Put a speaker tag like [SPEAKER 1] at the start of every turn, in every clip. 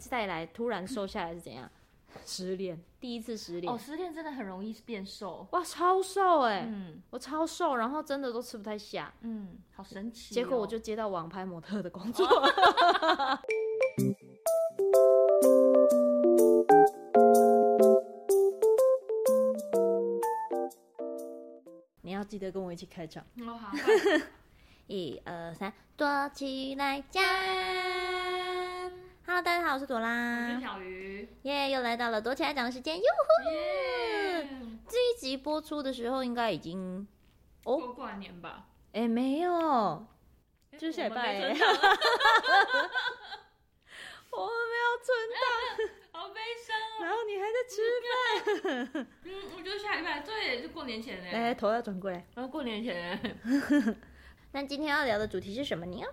[SPEAKER 1] 赛来突然瘦下来是怎样？失恋，第一次失恋，
[SPEAKER 2] 哦，失恋真的很容易变瘦。
[SPEAKER 1] 哇，超瘦哎、
[SPEAKER 2] 嗯
[SPEAKER 1] 我超瘦，然后真的都吃不太下，
[SPEAKER 2] 嗯，好神奇哦、
[SPEAKER 1] 结果我就接到网拍模特的工 作。你要记得跟我一起开场，
[SPEAKER 2] 哦好，
[SPEAKER 1] 一二三，躲起来讲。Hello，大家好，我是朵
[SPEAKER 2] 我是
[SPEAKER 1] 拉，
[SPEAKER 2] 小鱼，
[SPEAKER 1] 耶又来到了躲起来讲的时间。哟，
[SPEAKER 2] 耶，
[SPEAKER 1] 这一集播出的时候应该已经，
[SPEAKER 2] 过过完年吧，哎
[SPEAKER 1] 哎、没有，就是下礼拜
[SPEAKER 2] 我
[SPEAKER 1] 欸
[SPEAKER 2] 们没存 档
[SPEAKER 1] 我们没有存
[SPEAKER 2] 好悲伤哦。
[SPEAKER 1] 然后你还在吃
[SPEAKER 2] 嗯，我觉得下礼拜对，就过年前嘞、
[SPEAKER 1] 饭，来，头要转过来。
[SPEAKER 2] 然后过年前、
[SPEAKER 1] 那今天要聊的主题是什么啊呢？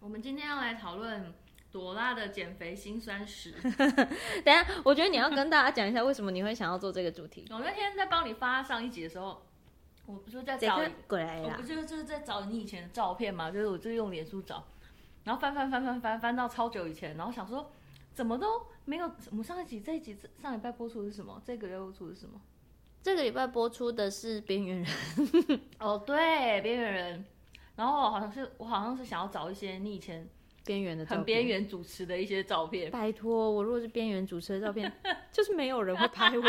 [SPEAKER 2] 我们今天要来讨论朵拉的减肥辛酸 史。
[SPEAKER 1] 等一下，我觉得你要跟大家讲一下为什么你会想要做这个主题。
[SPEAKER 2] 我那天在帮你发上一集的时候，我不是在
[SPEAKER 1] 这
[SPEAKER 2] 找，
[SPEAKER 1] 个
[SPEAKER 2] 我
[SPEAKER 1] 过来啦
[SPEAKER 2] 不，就是就是在找你以前的照片嘛，就是我就用脸书找，然后翻翻翻翻翻翻到超久以前，然后想说怎么都没有，我们上一集这一集上礼拜播出的是什么？这个月播出的是什么？
[SPEAKER 1] 这个礼拜播出的是《边缘人》，
[SPEAKER 2] 哦，对，边缘人。然后好像是我好像是想要找一些你以前
[SPEAKER 1] 边缘的照片
[SPEAKER 2] 很边。缘主持的一些照片，
[SPEAKER 1] 拜托，我如果是边缘主持的照 片，就是没有人会拍我，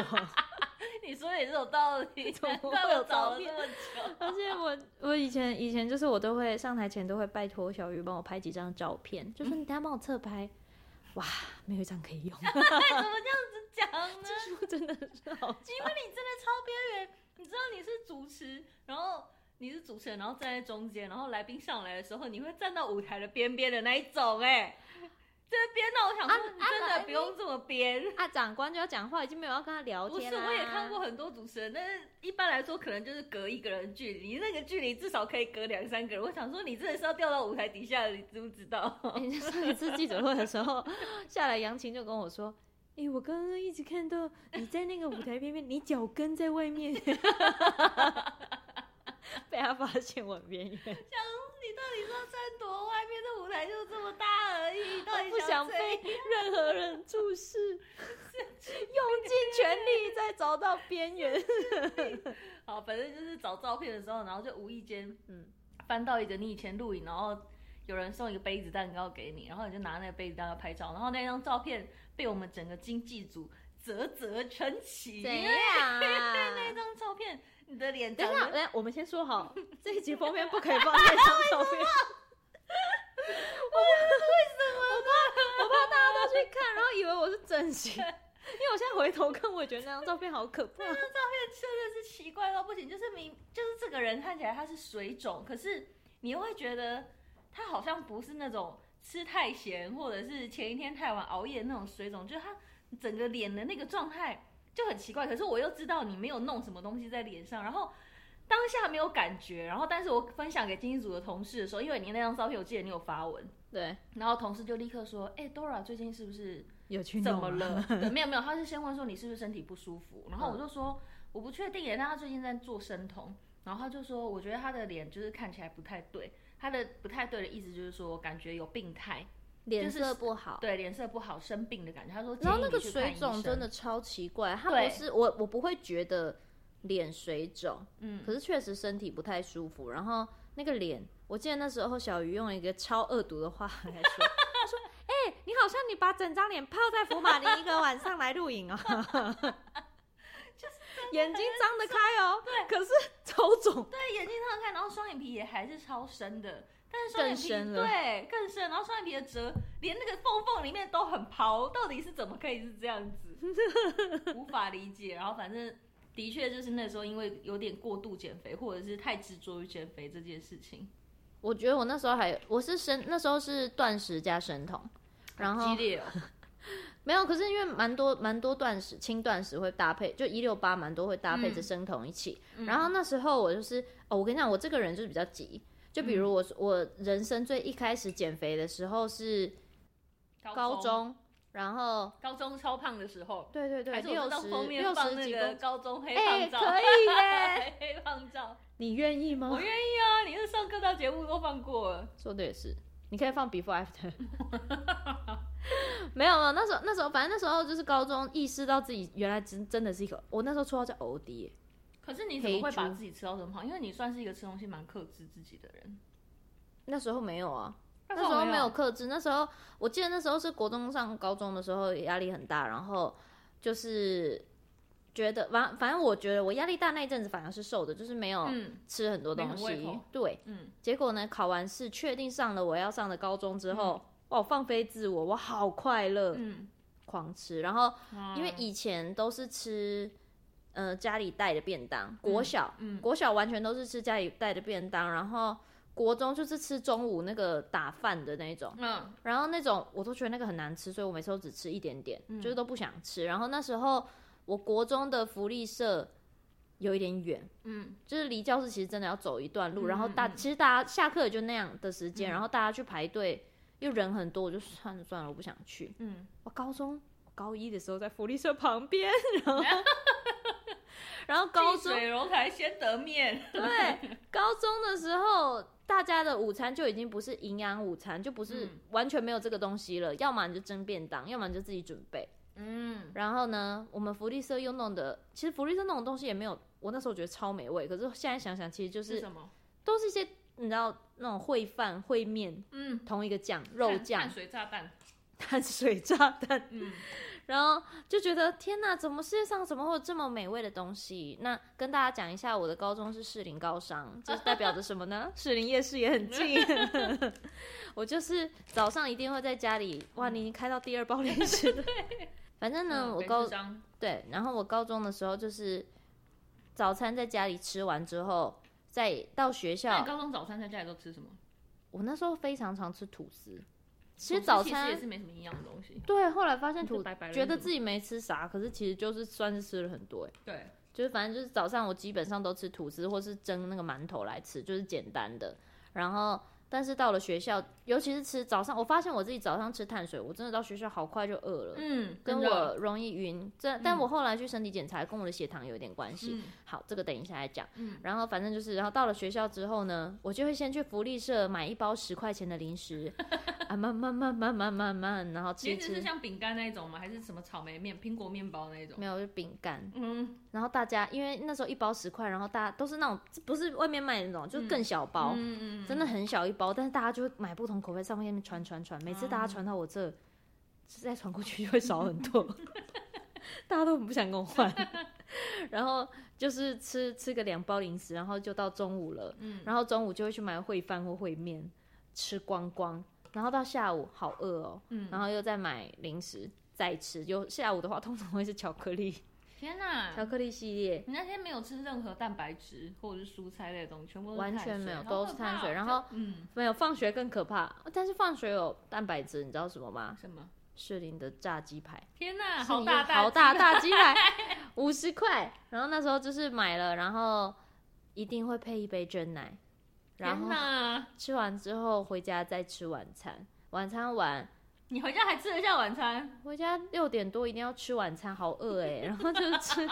[SPEAKER 2] 你说的也是有道 理，
[SPEAKER 1] 怎么会有
[SPEAKER 2] 难怪我
[SPEAKER 1] 照
[SPEAKER 2] 找了
[SPEAKER 1] 片
[SPEAKER 2] 这么久。
[SPEAKER 1] 而且我 我以前以前就是我都会上台前都会拜托小鱼帮我拍几张照片，就说你等下帮我侧拍。哇，没有一张可以用，
[SPEAKER 2] 哎，怎么这样子讲呢？
[SPEAKER 1] 真的是好
[SPEAKER 2] 因为你真的超边缘，你知道你是主持，然后你是主持人，然后站在中间，然后来宾上来的时候，你会站到舞台的边边的那一种、哎，这边到我想
[SPEAKER 1] 啊
[SPEAKER 2] 说，你真
[SPEAKER 1] 来
[SPEAKER 2] 的
[SPEAKER 1] 宾
[SPEAKER 2] 不用这么边。
[SPEAKER 1] 啊！长官就要讲话，已经没有要跟他聊
[SPEAKER 2] 不
[SPEAKER 1] 天
[SPEAKER 2] 是，
[SPEAKER 1] 啦、
[SPEAKER 2] 我 也看过很多主持人，但是一般来说可能就是隔一个人距离，那个距离至少可以隔两三个人。我想说，你真的是要掉到舞台底下了，你知不知 道？
[SPEAKER 1] 欸就上一次记者会的时候，下来杨晴就跟我说：“哎、我刚刚一直看到你在那个舞台边边，你脚跟在外面。” 被他发现我很边缘，
[SPEAKER 2] 想你到底是要站多外面？这舞台就这么大而已，到底
[SPEAKER 1] 我不想
[SPEAKER 2] 怎样
[SPEAKER 1] 被任何人 注视，用尽全力在找到边 缘。
[SPEAKER 2] 好，反正就是找照片的时候，然后就无意间，嗯
[SPEAKER 1] 嗯，
[SPEAKER 2] 翻到一个你以前录影，然后有人送一个杯子蛋糕给你，然后你就拿那个杯子蛋糕拍照，然后那张照片被我们整个经纪组啧啧称奇，因为 那
[SPEAKER 1] 啊？
[SPEAKER 2] 张照片你的脸
[SPEAKER 1] 等
[SPEAKER 2] 长
[SPEAKER 1] 一下，
[SPEAKER 2] 得
[SPEAKER 1] 等一下，我们先说 好，这一集封面不可以放那张照片。我怕，我怕大家都去看，然后以为我是整 形，因为我现在回头看，我也觉得那张照片好可怕。
[SPEAKER 2] 真的是奇怪到不行，就是明就是这个人看起来他是水肿，可是你又会觉得他好像不是那种吃太咸或者是前一天太晚熬夜那种水肿，就是他整个脸的那个状态就很奇怪。可是我又知道你没有弄什么东西在脸上，然后。当下没有感觉，然后但是我分享给经济组的同事的时候，因为你那张照片，我记得你有发文，
[SPEAKER 1] 对，
[SPEAKER 2] 然后同事就立刻说：“哎、d o r a 最近是不是
[SPEAKER 1] 有去
[SPEAKER 2] 怎
[SPEAKER 1] 弄
[SPEAKER 2] 么
[SPEAKER 1] 吗
[SPEAKER 2] 了？？对，没有没有，他是先问说你是不是身体不舒服，然后
[SPEAKER 1] 嗯
[SPEAKER 2] 我就说我不确定耶，但他最近在做生酮，然后他就说我觉得他的脸就是看起来不太对，他的不太对的意思就是说感觉有病态，
[SPEAKER 1] 脸色不好。
[SPEAKER 2] 对，脸色不好，生病的感觉。他说，
[SPEAKER 1] 然后那个水肿真，的超奇怪，它
[SPEAKER 2] 对
[SPEAKER 1] 不是我我不会觉得脸水肿，嗯，可是确实身体不太舒服。然后那个脸，我记得那时候小鱼用了一个超恶毒的话来说，他 说：“哎、你好像你把整张脸泡在福马林一个晚上来录影哦， 眼睛张得开哦，对，可是超肿，
[SPEAKER 2] 对，眼睛上看，然后双眼皮也还是超深的。但是双眼皮
[SPEAKER 1] 更深了
[SPEAKER 2] 对更深，然后双眼皮的褶连那个缝缝里面都很薄，到底是怎么可以是这样 子？无法理解。然后反正的确就是那时候因为有点过度减肥，或者是太执着于减肥这件事情，
[SPEAKER 1] 我觉得我那时候还我是生那时候是断食加生酮，然后
[SPEAKER 2] 好激烈哦。
[SPEAKER 1] 没有，可是因为蛮多蛮多断食、轻断食会搭配，就一六八蛮多会搭
[SPEAKER 2] 嗯
[SPEAKER 1] 配着生酮一起。然后那时候我就是，哦，我跟你讲，我这个人就是比较急。就比
[SPEAKER 2] 嗯
[SPEAKER 1] 如我、我人生最一开始减肥的时候是 高
[SPEAKER 2] 中
[SPEAKER 1] 中，然后
[SPEAKER 2] 高中超胖的时候，
[SPEAKER 1] 对对对，
[SPEAKER 2] 还是我
[SPEAKER 1] 六
[SPEAKER 2] 们到
[SPEAKER 1] 十
[SPEAKER 2] 封面
[SPEAKER 1] 六
[SPEAKER 2] 放
[SPEAKER 1] 十
[SPEAKER 2] 那
[SPEAKER 1] 几
[SPEAKER 2] 个
[SPEAKER 1] 公，
[SPEAKER 2] 高中黑
[SPEAKER 1] 哎、
[SPEAKER 2] 胖照，
[SPEAKER 1] 可以耶！
[SPEAKER 2] 黑胖照，
[SPEAKER 1] 你愿意吗
[SPEAKER 2] 我？愿意啊！你是上各大节目都放过了。
[SPEAKER 1] 说的也是，你可以放 before after。 没有没有，那时候那时候反正那时候就是高中意识到自己原来真真的是一个，我那时候绰号叫欧弟耶，
[SPEAKER 2] 可是你怎么会把
[SPEAKER 1] 黑猪
[SPEAKER 2] 自己吃到这么胖？因为你算是一个吃东西蛮克制自己的人。
[SPEAKER 1] 那时候没有啊，
[SPEAKER 2] 那
[SPEAKER 1] 那时候没有克制，那时候我记得那时候是国中上高中的时候压力很大，然后就是觉得反反正我觉得我压力大那一阵子反而是瘦的，就是没有
[SPEAKER 2] 嗯
[SPEAKER 1] 吃很多东
[SPEAKER 2] 没有胃
[SPEAKER 1] 西
[SPEAKER 2] 口。
[SPEAKER 1] 对，
[SPEAKER 2] 嗯，
[SPEAKER 1] 结果呢，考完试确定上了我要上的高中之后，哇，我放飞自我，我好快乐，
[SPEAKER 2] 嗯，
[SPEAKER 1] 狂吃。然后因为
[SPEAKER 2] 啊
[SPEAKER 1] 以前都是吃。呃，家里带的便当，国小，
[SPEAKER 2] 嗯
[SPEAKER 1] 国小完全都是吃家里带的便当，然后国中就是吃中午那个打饭的那种，
[SPEAKER 2] 嗯
[SPEAKER 1] 然后那种我都觉得那个很难吃，所以我每次都只吃一点点，
[SPEAKER 2] 嗯
[SPEAKER 1] 就是都不想吃。然后那时候我国中的福利社有一点远，
[SPEAKER 2] 嗯
[SPEAKER 1] 就是离教室其实真的要走一段路。
[SPEAKER 2] 嗯
[SPEAKER 1] 然后大
[SPEAKER 2] 嗯嗯
[SPEAKER 1] 其实大家下课也就那样的时间，然后大家去排队又人很多，我就算了算了，我不想去。
[SPEAKER 2] 嗯，
[SPEAKER 1] 我高中高一的时候在福利社旁边，然后 然后高
[SPEAKER 2] 近
[SPEAKER 1] 中
[SPEAKER 2] 水楼台先得面。
[SPEAKER 1] 对，高中的时候，大家的午餐就已经不是营养午餐，就不是
[SPEAKER 2] 嗯
[SPEAKER 1] 完全没有这个东西了。要么你就蒸便当，要么你就自己准备。
[SPEAKER 2] 嗯，
[SPEAKER 1] 然后呢，我们福利社又弄的，其实福利社那种东西也没有，我那时候觉得超美味。可是现在想想，其实嗯就是是
[SPEAKER 2] 什么？
[SPEAKER 1] 都是一些你知道那种烩饭、烩面，
[SPEAKER 2] 嗯，
[SPEAKER 1] 同一个酱，肉
[SPEAKER 2] 碳
[SPEAKER 1] 酱
[SPEAKER 2] 碳、水炸弹。
[SPEAKER 1] 碳水炸弹，
[SPEAKER 2] 嗯
[SPEAKER 1] 然后就觉得天哪，怎么世界上怎么会有这么美味的东西？那跟大家讲一下，我的高中是士林高商，这代表着什么呢？ 士林夜市也很近。 我就是早上一定会在家里，哇，你已经开到第二包零食 了。反正呢，
[SPEAKER 2] 嗯
[SPEAKER 1] 我
[SPEAKER 2] 北
[SPEAKER 1] 高
[SPEAKER 2] 市商
[SPEAKER 1] 对，然后我高中的时候就是早餐在家里吃完之后，再到学
[SPEAKER 2] 那
[SPEAKER 1] 校
[SPEAKER 2] 你，高中早餐在家里都吃什么？
[SPEAKER 1] 我那时候非常常吃吐司。其实
[SPEAKER 2] 吐司
[SPEAKER 1] 早
[SPEAKER 2] 其
[SPEAKER 1] 餐
[SPEAKER 2] 实也是没什么营养的东西。
[SPEAKER 1] 对，后来发现
[SPEAKER 2] 就
[SPEAKER 1] 吐
[SPEAKER 2] 白白的
[SPEAKER 1] 觉
[SPEAKER 2] 那
[SPEAKER 1] 得
[SPEAKER 2] 种
[SPEAKER 1] 自己没吃啥，可是其实就是算是吃了很多、欸，
[SPEAKER 2] 对，
[SPEAKER 1] 就是反正就是早上我基本上都吃吐司或是蒸那个馒头来吃，就是简单的。然后，但是到了学校，尤其是吃早上，我发现我自己早上吃碳水，我真的到学校好快就饿了。
[SPEAKER 2] 嗯，
[SPEAKER 1] 跟
[SPEAKER 2] 真的
[SPEAKER 1] 我容易晕，这但我后来去身体检查，跟我的血糖有一点关系。
[SPEAKER 2] 嗯
[SPEAKER 1] 好，这个等一下来讲。
[SPEAKER 2] 嗯
[SPEAKER 1] 然后反正就是，然后到了学校之后呢，我就会先去福利社买一包十块钱的零食，啊，慢慢慢慢慢慢慢，然后吃
[SPEAKER 2] 你
[SPEAKER 1] 一
[SPEAKER 2] 只是
[SPEAKER 1] 吃。
[SPEAKER 2] 像饼干那一种吗？还是什么草莓面、苹果面包那一种？
[SPEAKER 1] 没有，就饼干。
[SPEAKER 2] 嗯
[SPEAKER 1] 然后大家因为那时候一包十块，然后大家都是那种不是外面卖的那种，就是更小包，
[SPEAKER 2] 嗯嗯，
[SPEAKER 1] 真的很小一包，但是大家就会买不同口味，上面传传传，每次
[SPEAKER 2] 哦
[SPEAKER 1] 大家传到我这，再传过去就会少很多， 大家都很不想跟我 换。然后就是吃吃个两包零食，然后就到中午了，
[SPEAKER 2] 嗯
[SPEAKER 1] 然后中午就会去买烩饭或烩面吃光光，然后到下午好饿哦，
[SPEAKER 2] 嗯
[SPEAKER 1] 然后又再买零食再吃，就下午的话通常会是巧克力，
[SPEAKER 2] 天哪！
[SPEAKER 1] 巧克力系列。
[SPEAKER 2] 你那天没有吃任何蛋白质或者是蔬菜类的东西，全部都是
[SPEAKER 1] 完全
[SPEAKER 2] 碳水
[SPEAKER 1] 没有
[SPEAKER 2] 好
[SPEAKER 1] 都
[SPEAKER 2] 可
[SPEAKER 1] 是碳
[SPEAKER 2] 怕
[SPEAKER 1] 水
[SPEAKER 2] 哦
[SPEAKER 1] 然
[SPEAKER 2] 就
[SPEAKER 1] 后
[SPEAKER 2] 嗯，
[SPEAKER 1] 没有，放学更可怕。但是放学有蛋白质，你知道什么吗？
[SPEAKER 2] 什么？
[SPEAKER 1] 士林的炸鸡排，
[SPEAKER 2] 天 哪，
[SPEAKER 1] 士
[SPEAKER 2] 好
[SPEAKER 1] 林有
[SPEAKER 2] 大
[SPEAKER 1] 好
[SPEAKER 2] 鸡
[SPEAKER 1] 大大鸡排，五十块。然后那时候就是买了，然后一定会配一杯真奶，然
[SPEAKER 2] 天
[SPEAKER 1] 后
[SPEAKER 2] 哪，
[SPEAKER 1] 吃完之后回家再吃晚餐。晚餐完，
[SPEAKER 2] 你回家还吃得下晚餐？
[SPEAKER 1] 回家六点多一定要吃晚餐，好饿哎、然后就是 吃，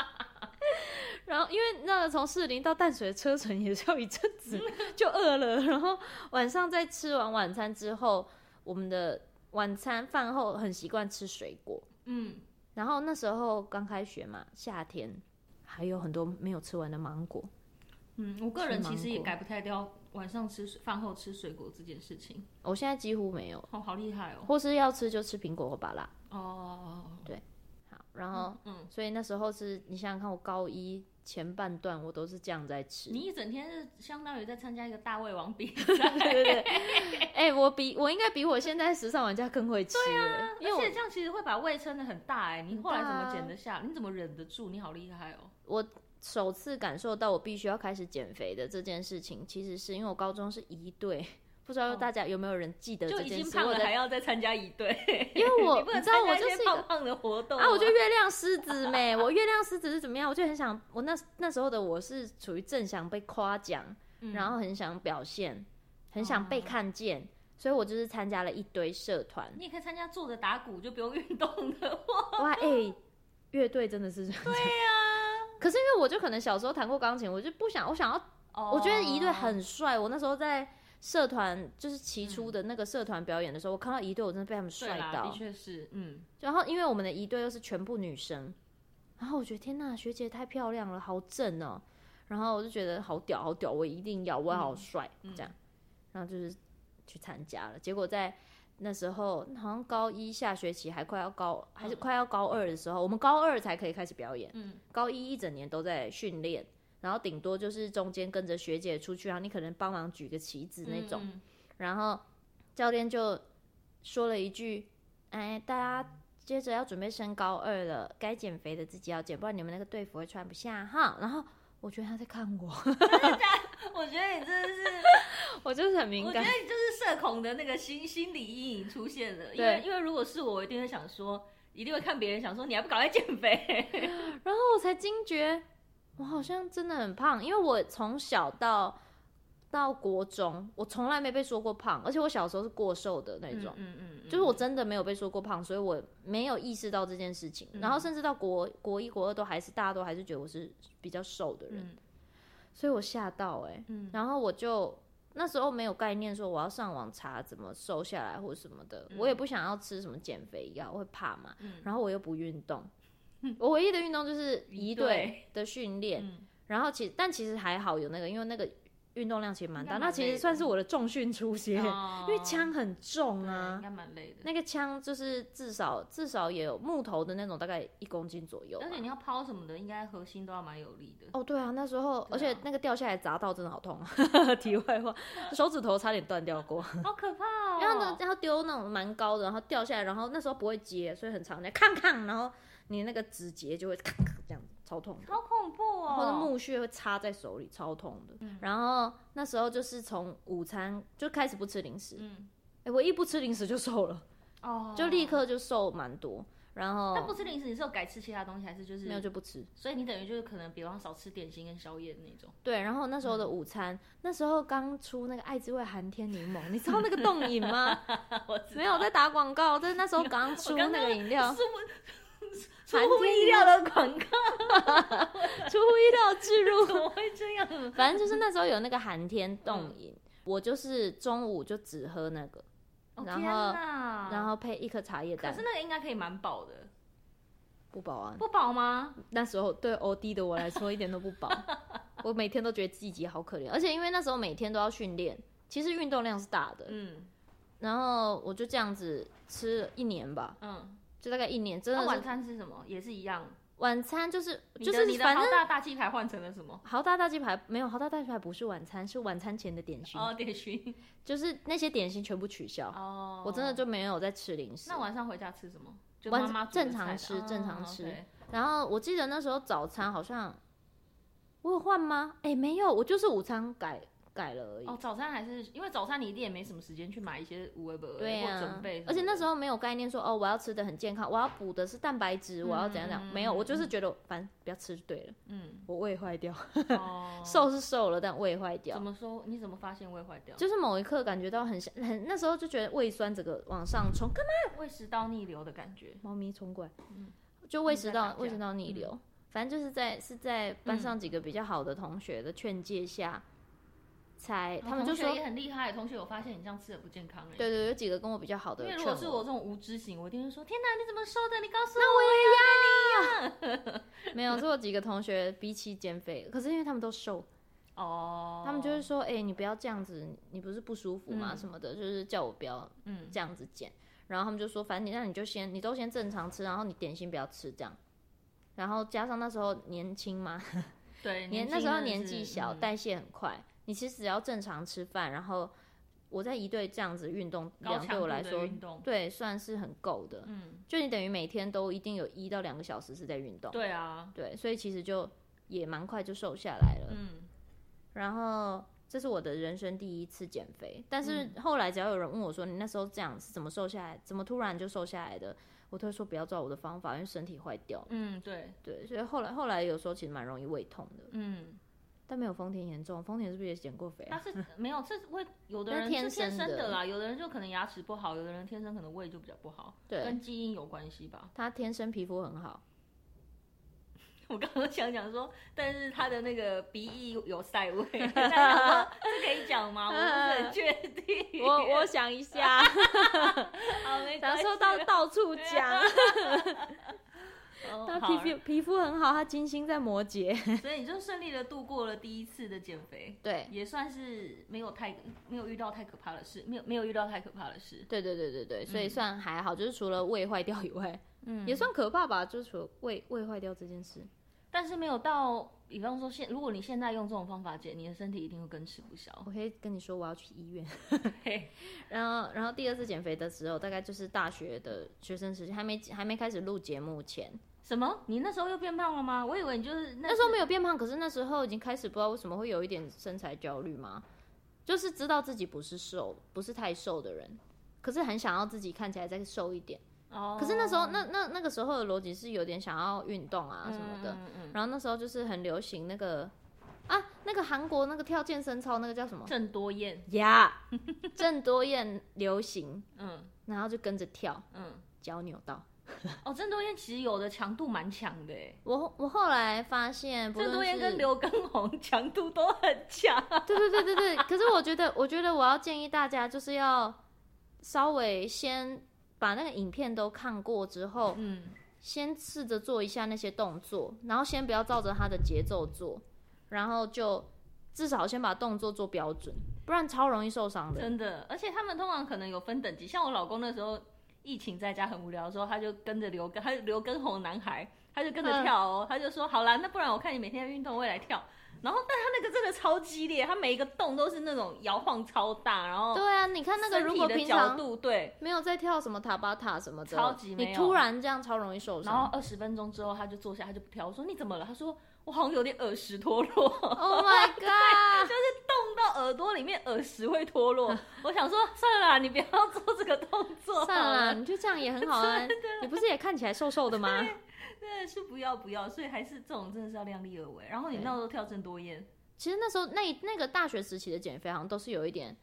[SPEAKER 1] 然后因为那个从士林到淡水的车程也是要一阵子，就饿了。然后晚上在吃完晚餐之后，我们的晚餐饭后很习惯吃水果，
[SPEAKER 2] 嗯，
[SPEAKER 1] 然后那时候刚开学嘛，夏天还有很多没有吃完的芒果。
[SPEAKER 2] 嗯，我个人
[SPEAKER 1] 吃
[SPEAKER 2] 其实
[SPEAKER 1] 芒
[SPEAKER 2] 也
[SPEAKER 1] 果
[SPEAKER 2] 改不太掉晚上吃水饭后吃水果这件事情，
[SPEAKER 1] 我现在几乎没有，
[SPEAKER 2] 哦，好厉害哦！
[SPEAKER 1] 或是要吃就吃苹果或芭乐。
[SPEAKER 2] 哦，
[SPEAKER 1] 好，然后、
[SPEAKER 2] 嗯，
[SPEAKER 1] 所以那时候是你想想看，我高一前半段我都是这样在吃。
[SPEAKER 2] 你一整天是相当于在参加一个大胃王比
[SPEAKER 1] 对
[SPEAKER 2] 赛，
[SPEAKER 1] 对对，哎、我比我应该比我现在时尚玩家更会吃、欸， 因为
[SPEAKER 2] 啊而
[SPEAKER 1] 我
[SPEAKER 2] 且这样其实会把胃撑得很大哎，你
[SPEAKER 1] 很
[SPEAKER 2] 后来
[SPEAKER 1] 大
[SPEAKER 2] 怎么
[SPEAKER 1] 啊
[SPEAKER 2] 减得下？你怎么忍得住？你好厉害哦！
[SPEAKER 1] 首次感受到我必须要开始减肥的这件事情，其实是因为我高中是一队，不知道大家有没有人记得
[SPEAKER 2] 哦就
[SPEAKER 1] 这
[SPEAKER 2] 已
[SPEAKER 1] 件
[SPEAKER 2] 经
[SPEAKER 1] 事？
[SPEAKER 2] 胖
[SPEAKER 1] 我
[SPEAKER 2] 了
[SPEAKER 1] 的
[SPEAKER 2] 还要再参加一队，
[SPEAKER 1] 因为我
[SPEAKER 2] 你不能
[SPEAKER 1] 知道
[SPEAKER 2] 参加
[SPEAKER 1] 我
[SPEAKER 2] 一
[SPEAKER 1] 就是
[SPEAKER 2] 些
[SPEAKER 1] 一
[SPEAKER 2] 胖
[SPEAKER 1] 个。
[SPEAKER 2] 胖的活动
[SPEAKER 1] 啊，我
[SPEAKER 2] 吗
[SPEAKER 1] 就月亮狮子妹， 我月亮狮子是怎么样？我就很想，我那那时候的我是处于正想被夸奖，
[SPEAKER 2] 嗯
[SPEAKER 1] 然后很想表现，很想被
[SPEAKER 2] 哦
[SPEAKER 1] 看见，所以我就是参加了一堆社 团。
[SPEAKER 2] 你也可以参加坐着打鼓，就不用运动的。
[SPEAKER 1] 哇，哎、乐队真的是这样。
[SPEAKER 2] 啊
[SPEAKER 1] 对呀、 可是因为我就可能小时候弹过钢琴，我就不想，我想要，
[SPEAKER 2] 哦
[SPEAKER 1] 我觉得一队很帅。我那时候在社团就是起初的那个社团表演的时候，我看到一队，我真的被他们
[SPEAKER 2] 嗯对
[SPEAKER 1] 帅
[SPEAKER 2] 啦，
[SPEAKER 1] 到
[SPEAKER 2] 的。确是，嗯，
[SPEAKER 1] 然后因为我们的一队又是全部女生，然后我觉得天呐，学姐太漂亮了，好正哦。然后我就觉得好屌，好屌，我一定要，我要好帅、
[SPEAKER 2] 嗯
[SPEAKER 1] 这样。然后就是去参加了，结果在那时候好像高一下学期还快要高，还是快要高二的时候，我们高二才可以开始表演，
[SPEAKER 2] 嗯，
[SPEAKER 1] 高一一整年都在训练。然后顶多就是中间跟着学姐出去，然后你可能帮忙举个旗子那种，
[SPEAKER 2] 嗯，
[SPEAKER 1] 然后教练就说了一句：“哎，大家接着要准备升高二了，该减肥的自己要减，不然你们那个队服会穿不下哈。”然后我觉得他在看我，
[SPEAKER 2] 嗯我觉得你真的是，
[SPEAKER 1] 我就是很敏
[SPEAKER 2] 我觉得
[SPEAKER 1] 感。
[SPEAKER 2] 你就是社恐的那个心心理阴影出现了，因
[SPEAKER 1] 对
[SPEAKER 2] 为因为如果是我，我一定会想说，一定会看别人想说，你还不赶快减肥？
[SPEAKER 1] 然后我才惊觉，我好像真的很胖，因为我从小到到国中，我从来没被说过胖，而且我小时候是过瘦的那种。
[SPEAKER 2] 嗯嗯嗯
[SPEAKER 1] 就是我真的没有被说过胖，所以我没有意识到这件事情。然
[SPEAKER 2] 嗯
[SPEAKER 1] 后甚至到国国一、国二都还是大家都还是觉得我是比较瘦的人，
[SPEAKER 2] 嗯
[SPEAKER 1] 所以我吓到哎、
[SPEAKER 2] 嗯
[SPEAKER 1] 然后我就那时候没有概念说我要上网查怎么瘦下来或什么的，我也不想要吃什么减肥药，我会怕嘛。
[SPEAKER 2] 嗯
[SPEAKER 1] 然后我又不运动，我唯一的运动 就是
[SPEAKER 2] 一
[SPEAKER 1] 一
[SPEAKER 2] 队
[SPEAKER 1] 队的训练，
[SPEAKER 2] 嗯
[SPEAKER 1] 然后其但其实还好有那个，因为那个运动量其实蛮大，
[SPEAKER 2] 应该
[SPEAKER 1] 那
[SPEAKER 2] 蛮
[SPEAKER 1] 其
[SPEAKER 2] 累
[SPEAKER 1] 实
[SPEAKER 2] 的
[SPEAKER 1] 算是我的重训出血，
[SPEAKER 2] 哦
[SPEAKER 1] 因为枪很重
[SPEAKER 2] 对
[SPEAKER 1] 啊
[SPEAKER 2] 应。该蛮累的。
[SPEAKER 1] 那个枪就是至少至少也有木头的那种，大概一公斤左右吧
[SPEAKER 2] 而。且你要抛什么的，应该核心都要蛮有力的。
[SPEAKER 1] 哦，对啊，那时候，而
[SPEAKER 2] 对啊
[SPEAKER 1] 且那个掉下来砸到真的好痛。啊 题外话，手指头差点断掉过。
[SPEAKER 2] 好可怕哦！
[SPEAKER 1] 然后 呢，要丢那种蛮高的，然后掉下来，然后那时候不会接，所以很常在看看，然后你那个指节就会咔咔这样，超痛的。
[SPEAKER 2] 好恐怖哦！
[SPEAKER 1] 或者木屑会插在手里，超痛的。然后那时候就是从午餐就开始不吃零食，
[SPEAKER 2] 嗯，
[SPEAKER 1] 哎，我一不吃零食就瘦了，
[SPEAKER 2] 哦，
[SPEAKER 1] 就立。刻就瘦蛮多。然
[SPEAKER 2] 但不
[SPEAKER 1] 后
[SPEAKER 2] 吃零食，你是有改吃其他东西，还是就是
[SPEAKER 1] 没有就不吃，
[SPEAKER 2] 所以你等于就是可能，比方少吃点心跟宵夜的那种。
[SPEAKER 1] 对，然后那时候的
[SPEAKER 2] 嗯
[SPEAKER 1] 午餐，那时候刚出那个爱滋味寒天柠檬，你知道那个冻饮吗？
[SPEAKER 2] 我知道
[SPEAKER 1] 没有在打广告，但是那时候刚出
[SPEAKER 2] 刚刚
[SPEAKER 1] 那个饮 料，
[SPEAKER 2] 出乎出
[SPEAKER 1] 寒
[SPEAKER 2] 乎
[SPEAKER 1] 天
[SPEAKER 2] 意料的广 告，
[SPEAKER 1] 出乎意料 置
[SPEAKER 2] 怎
[SPEAKER 1] 入。
[SPEAKER 2] 么会这 样？
[SPEAKER 1] 反正就是那时候有那个寒天
[SPEAKER 2] 嗯
[SPEAKER 1] 冻饮，我就是中午就只喝那个，
[SPEAKER 2] 哦
[SPEAKER 1] 然后
[SPEAKER 2] 天哪
[SPEAKER 1] 然后配一颗茶叶
[SPEAKER 2] 嗯可
[SPEAKER 1] 蛋
[SPEAKER 2] 是，那个应该可以蛮饱的，
[SPEAKER 1] 不饱啊。
[SPEAKER 2] 不饱吗？
[SPEAKER 1] 那时候对 OD 的我来说一点都不 饱，我每天都觉得自己好可怜，而且因为那时候每天都要训练，其实运动量是大的，
[SPEAKER 2] 嗯
[SPEAKER 1] 然后我就这样子吃了一年吧，
[SPEAKER 2] 嗯。
[SPEAKER 1] 就大概一年，真
[SPEAKER 2] 那
[SPEAKER 1] 的
[SPEAKER 2] 晚
[SPEAKER 1] 是
[SPEAKER 2] 餐吃什么？也是一样。
[SPEAKER 1] 晚餐就是
[SPEAKER 2] 你
[SPEAKER 1] 就
[SPEAKER 2] 的
[SPEAKER 1] 是
[SPEAKER 2] 你的
[SPEAKER 1] 反
[SPEAKER 2] 好
[SPEAKER 1] 正
[SPEAKER 2] 大大鸡排换成了什么？
[SPEAKER 1] 豪大大鸡排没有豪大大鸡排不是晚餐，是晚餐前的点心，
[SPEAKER 2] 哦，点心。
[SPEAKER 1] 就是那些点心全部取消，
[SPEAKER 2] 哦，
[SPEAKER 1] 我真的就没有在吃零食
[SPEAKER 2] 那。晚上回家吃什么？就
[SPEAKER 1] 晚
[SPEAKER 2] 妈妈煮的
[SPEAKER 1] 正常
[SPEAKER 2] 菜
[SPEAKER 1] 吃正常吃。
[SPEAKER 2] 哦，OK
[SPEAKER 1] 然后我记得那时候早餐好像我有换吗？哎、没有，我就是午餐改改了而已。
[SPEAKER 2] 哦，早餐还是因为早餐你一定也没什么时间去买一些无微不
[SPEAKER 1] 对
[SPEAKER 2] 或
[SPEAKER 1] 呀、
[SPEAKER 2] 准备什么的，
[SPEAKER 1] 而且那时
[SPEAKER 2] 候
[SPEAKER 1] 候没有概念说哦，我要吃的很健康，我要补的是蛋白质，我要怎样怎样，
[SPEAKER 2] 嗯
[SPEAKER 1] 没有，我就是觉得反正不要吃就对了。
[SPEAKER 2] 嗯，
[SPEAKER 1] 我胃坏掉，
[SPEAKER 2] 哦
[SPEAKER 1] 瘦是瘦了，但胃坏掉
[SPEAKER 2] 怎。么说？你怎么发现胃坏掉？
[SPEAKER 1] 就是某一刻感觉到很想很，那时候就觉得胃酸整个往上冲，干嘛？
[SPEAKER 2] 胃食道逆流的感觉，
[SPEAKER 1] 猫咪冲过来，就胃食
[SPEAKER 2] 嗯一直在打
[SPEAKER 1] 道
[SPEAKER 2] 架嗯
[SPEAKER 1] 胃食道逆流，反正就是在是在班上几个比较好的同学的劝诫下，才他们就
[SPEAKER 2] 哦同学
[SPEAKER 1] 说，
[SPEAKER 2] 也很厉害，同学有发现你这样吃的不健康哎、
[SPEAKER 1] 对对，有几个跟我比较好的
[SPEAKER 2] 因为
[SPEAKER 1] 劝
[SPEAKER 2] 如果是我这种无知型，我一定会说：天哪，你怎么瘦的？你告诉我，
[SPEAKER 1] 没有，是我几个同学比起减肥，可是因为他们都瘦，
[SPEAKER 2] 哦，
[SPEAKER 1] 他们就会说：“哎、你不要这样子，你不是不舒服吗？
[SPEAKER 2] 嗯
[SPEAKER 1] 什么的，就是叫我不要
[SPEAKER 2] 嗯，
[SPEAKER 1] 这样子减。然后他们就说：“反正你那你就先，你都先正常吃，然后你点心不要吃这样。”然后加上那时候年轻嘛，
[SPEAKER 2] 对，
[SPEAKER 1] 年
[SPEAKER 2] 轻
[SPEAKER 1] 那时候
[SPEAKER 2] 真的
[SPEAKER 1] 年
[SPEAKER 2] 是
[SPEAKER 1] 纪小，
[SPEAKER 2] 嗯
[SPEAKER 1] 代谢很快，你其实只要正常吃饭，然后我在一队这样子运动
[SPEAKER 2] 高
[SPEAKER 1] 量对
[SPEAKER 2] 强
[SPEAKER 1] 我
[SPEAKER 2] 度
[SPEAKER 1] 来
[SPEAKER 2] 的
[SPEAKER 1] 说，
[SPEAKER 2] 运动，
[SPEAKER 1] 对算是很够的。
[SPEAKER 2] 嗯，
[SPEAKER 1] 就你等于每天都一定有一到两个小时是在运动，
[SPEAKER 2] 对啊，
[SPEAKER 1] 对，所以其实就也蛮快就瘦下来了。
[SPEAKER 2] 嗯，
[SPEAKER 1] 然后这是我的人生第一次减肥，但是
[SPEAKER 2] 嗯
[SPEAKER 1] 后来只要有人问我说你那时候这样是怎么瘦下来，怎么突然就瘦下来的，我都会说不要照我的方法，因为身体坏掉了。
[SPEAKER 2] 嗯，对，
[SPEAKER 1] 对，所以后来后来有时候其实蛮容易胃痛的，
[SPEAKER 2] 嗯。
[SPEAKER 1] 但没有丰田严重。丰田是不是也减过肥
[SPEAKER 2] 他
[SPEAKER 1] 啊？
[SPEAKER 2] 是没有，这会有的
[SPEAKER 1] 那
[SPEAKER 2] 人是
[SPEAKER 1] 天
[SPEAKER 2] 天
[SPEAKER 1] 生
[SPEAKER 2] 的
[SPEAKER 1] 的
[SPEAKER 2] 啦，有的人就可能牙齿不好，有的人天生可能胃就比较不好，
[SPEAKER 1] 对
[SPEAKER 2] 跟基因有关系吧。
[SPEAKER 1] 他天生皮肤很好，
[SPEAKER 2] 我刚刚想讲说，但是他的那个鼻翼有 塞味，但是我说这可以讲吗？我不是很确定。
[SPEAKER 1] 我我想一下，
[SPEAKER 2] 好没
[SPEAKER 1] 然
[SPEAKER 2] 关
[SPEAKER 1] 后
[SPEAKER 2] 系
[SPEAKER 1] 说到到处讲，
[SPEAKER 2] 哦
[SPEAKER 1] 他
[SPEAKER 2] 好
[SPEAKER 1] 皮肤皮肤很好，他金星在摩羯，
[SPEAKER 2] 所以你就顺利的度过了第一次的减肥，
[SPEAKER 1] 对
[SPEAKER 2] 也算是没有太没有遇到太可怕的事，没有没有遇到太可怕的事。
[SPEAKER 1] 对对对对对，所以算还好，就是除了胃坏掉以外，
[SPEAKER 2] 嗯
[SPEAKER 1] 也算可怕吧，就是除了胃胃坏掉这件事。
[SPEAKER 2] 但是没有到，比方说现，如果你现在用这种方法减，你的身体一定会更吃不消。
[SPEAKER 1] 我可以跟你说，我要去医院。
[SPEAKER 2] 嘿
[SPEAKER 1] 然后，然后第二次减肥的时候，大概就是大学的学生时期，还没还没开始录节目前，
[SPEAKER 2] 什么？你那时候又变胖了吗？我以为你就是那
[SPEAKER 1] 那时候没有变胖，可是那时候已经开始不知道为什么会有一点身材焦虑嘛，就是知道自己不是瘦，不是太瘦的人，可是很想要自己看起来再瘦一点。
[SPEAKER 2] 哦，
[SPEAKER 1] 可是那时候，那那那个时候的逻辑是有点想要运动啊什么的，
[SPEAKER 2] 嗯嗯嗯
[SPEAKER 1] 然后那时候就是很流行那个啊，那个韩国那个跳健身操那个叫什么
[SPEAKER 2] 嗯？郑多燕，
[SPEAKER 1] 呀， 郑多燕流行，
[SPEAKER 2] 嗯
[SPEAKER 1] 然后就跟着跳，
[SPEAKER 2] 嗯，
[SPEAKER 1] 脚扭到。
[SPEAKER 2] 哦，郑多燕其实有的强度蛮强的诶，
[SPEAKER 1] 我我后来发现，不
[SPEAKER 2] 郑
[SPEAKER 1] 论
[SPEAKER 2] 多燕
[SPEAKER 1] 嗯是
[SPEAKER 2] 跟刘畊宏 强度都很强。
[SPEAKER 1] 对对对对对。可是我觉得，我觉得我要建议大家，就是要稍微先把那个影片都看过之后，
[SPEAKER 2] 嗯，
[SPEAKER 1] 先试着做一下那些动作，然后先不要照着他的节奏做，然后就至少先把动作做标准，不然超容易受伤的。
[SPEAKER 2] 真的，而且他们通常可能有分等级，像我老公那时候疫情在家很无聊的时候，他就跟着刘根，他就刘根红男孩，他就跟
[SPEAKER 1] 嗯
[SPEAKER 2] 着跳哦，他就说好啦，那不然我看你每天运动，我也来跳。然后，但他那个真的超激烈，他每一个动都是那种摇晃超大，然后
[SPEAKER 1] 对啊，你看那个，
[SPEAKER 2] 哦身
[SPEAKER 1] 如
[SPEAKER 2] 体
[SPEAKER 1] 果
[SPEAKER 2] 的
[SPEAKER 1] 平
[SPEAKER 2] 角
[SPEAKER 1] 常
[SPEAKER 2] 度对，
[SPEAKER 1] 没有在跳什么塔巴塔什么的，
[SPEAKER 2] 超级没有
[SPEAKER 1] 你突然这样超容易受
[SPEAKER 2] 然后
[SPEAKER 1] 伤。
[SPEAKER 2] 二十分钟之后他就坐下，他就不跳。我说你怎么了？他说我好像有点耳石脱落，
[SPEAKER 1] Oh my
[SPEAKER 2] 啊
[SPEAKER 1] god！
[SPEAKER 2] 动到耳朵里面耳石会脱落。
[SPEAKER 1] 嗯
[SPEAKER 2] 我想说算了啦，你不要做这个动作
[SPEAKER 1] 算
[SPEAKER 2] 好
[SPEAKER 1] 了啦，
[SPEAKER 2] 了，
[SPEAKER 1] 你就这样也很好啊。你不是也看起来瘦瘦的吗？
[SPEAKER 2] 真的是不要不要。所以还是这种真的是要量力而为。然后你
[SPEAKER 1] 对
[SPEAKER 2] 那时候跳郑多燕，
[SPEAKER 1] 其实那时候那那个大学时期的减肥好像都是有一点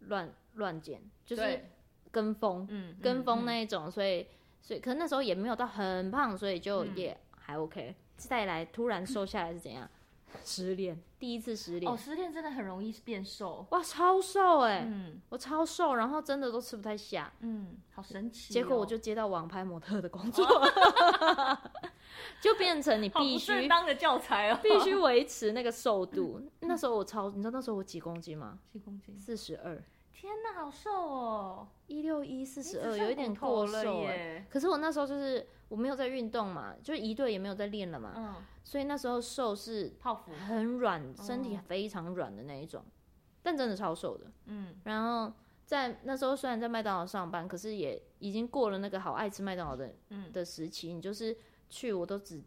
[SPEAKER 1] 乱乱减，就是
[SPEAKER 2] 对
[SPEAKER 1] 跟风
[SPEAKER 2] 嗯
[SPEAKER 1] 跟风
[SPEAKER 2] 呢，
[SPEAKER 1] 那一种，所以所以可能那时候也没有到很胖，所以就
[SPEAKER 2] 嗯
[SPEAKER 1] 也还 OK。再来突然瘦下来是怎样？ 失恋，第一次失恋
[SPEAKER 2] 哦，，失恋真的很容易变瘦。
[SPEAKER 1] 哇，超瘦哎、
[SPEAKER 2] 嗯
[SPEAKER 1] 我超瘦，然后真的都吃不太下。
[SPEAKER 2] 嗯，好神奇哦、
[SPEAKER 1] 结果我就接到网拍模特的工作，哦 就变成你
[SPEAKER 2] 好不
[SPEAKER 1] 必
[SPEAKER 2] 正
[SPEAKER 1] 须
[SPEAKER 2] 当的教材哦，
[SPEAKER 1] 必须维持那个瘦度。那时候我超，你知道那时候我几公斤吗？
[SPEAKER 2] 七公斤，
[SPEAKER 1] 四十二，
[SPEAKER 2] 天哪，好瘦哦，
[SPEAKER 1] 一六一四
[SPEAKER 2] 你
[SPEAKER 1] 十
[SPEAKER 2] 只
[SPEAKER 1] 二，
[SPEAKER 2] 剩
[SPEAKER 1] 有一点
[SPEAKER 2] 骨头
[SPEAKER 1] 过
[SPEAKER 2] 了
[SPEAKER 1] 瘦哎、
[SPEAKER 2] 耶。
[SPEAKER 1] 可是我那时候就是我没有在运动嘛，就是一队也没有在练了嘛，
[SPEAKER 2] 嗯，
[SPEAKER 1] 所以那时候瘦是
[SPEAKER 2] 泡芙，
[SPEAKER 1] 很软，身体
[SPEAKER 2] 哦
[SPEAKER 1] 非常软的那一种，但真的超瘦的。
[SPEAKER 2] 嗯，
[SPEAKER 1] 然后在那时候虽然在麦当劳上班，可是也已经过了那个好爱吃麦当劳的
[SPEAKER 2] 嗯
[SPEAKER 1] 的时期。你就是去我都只，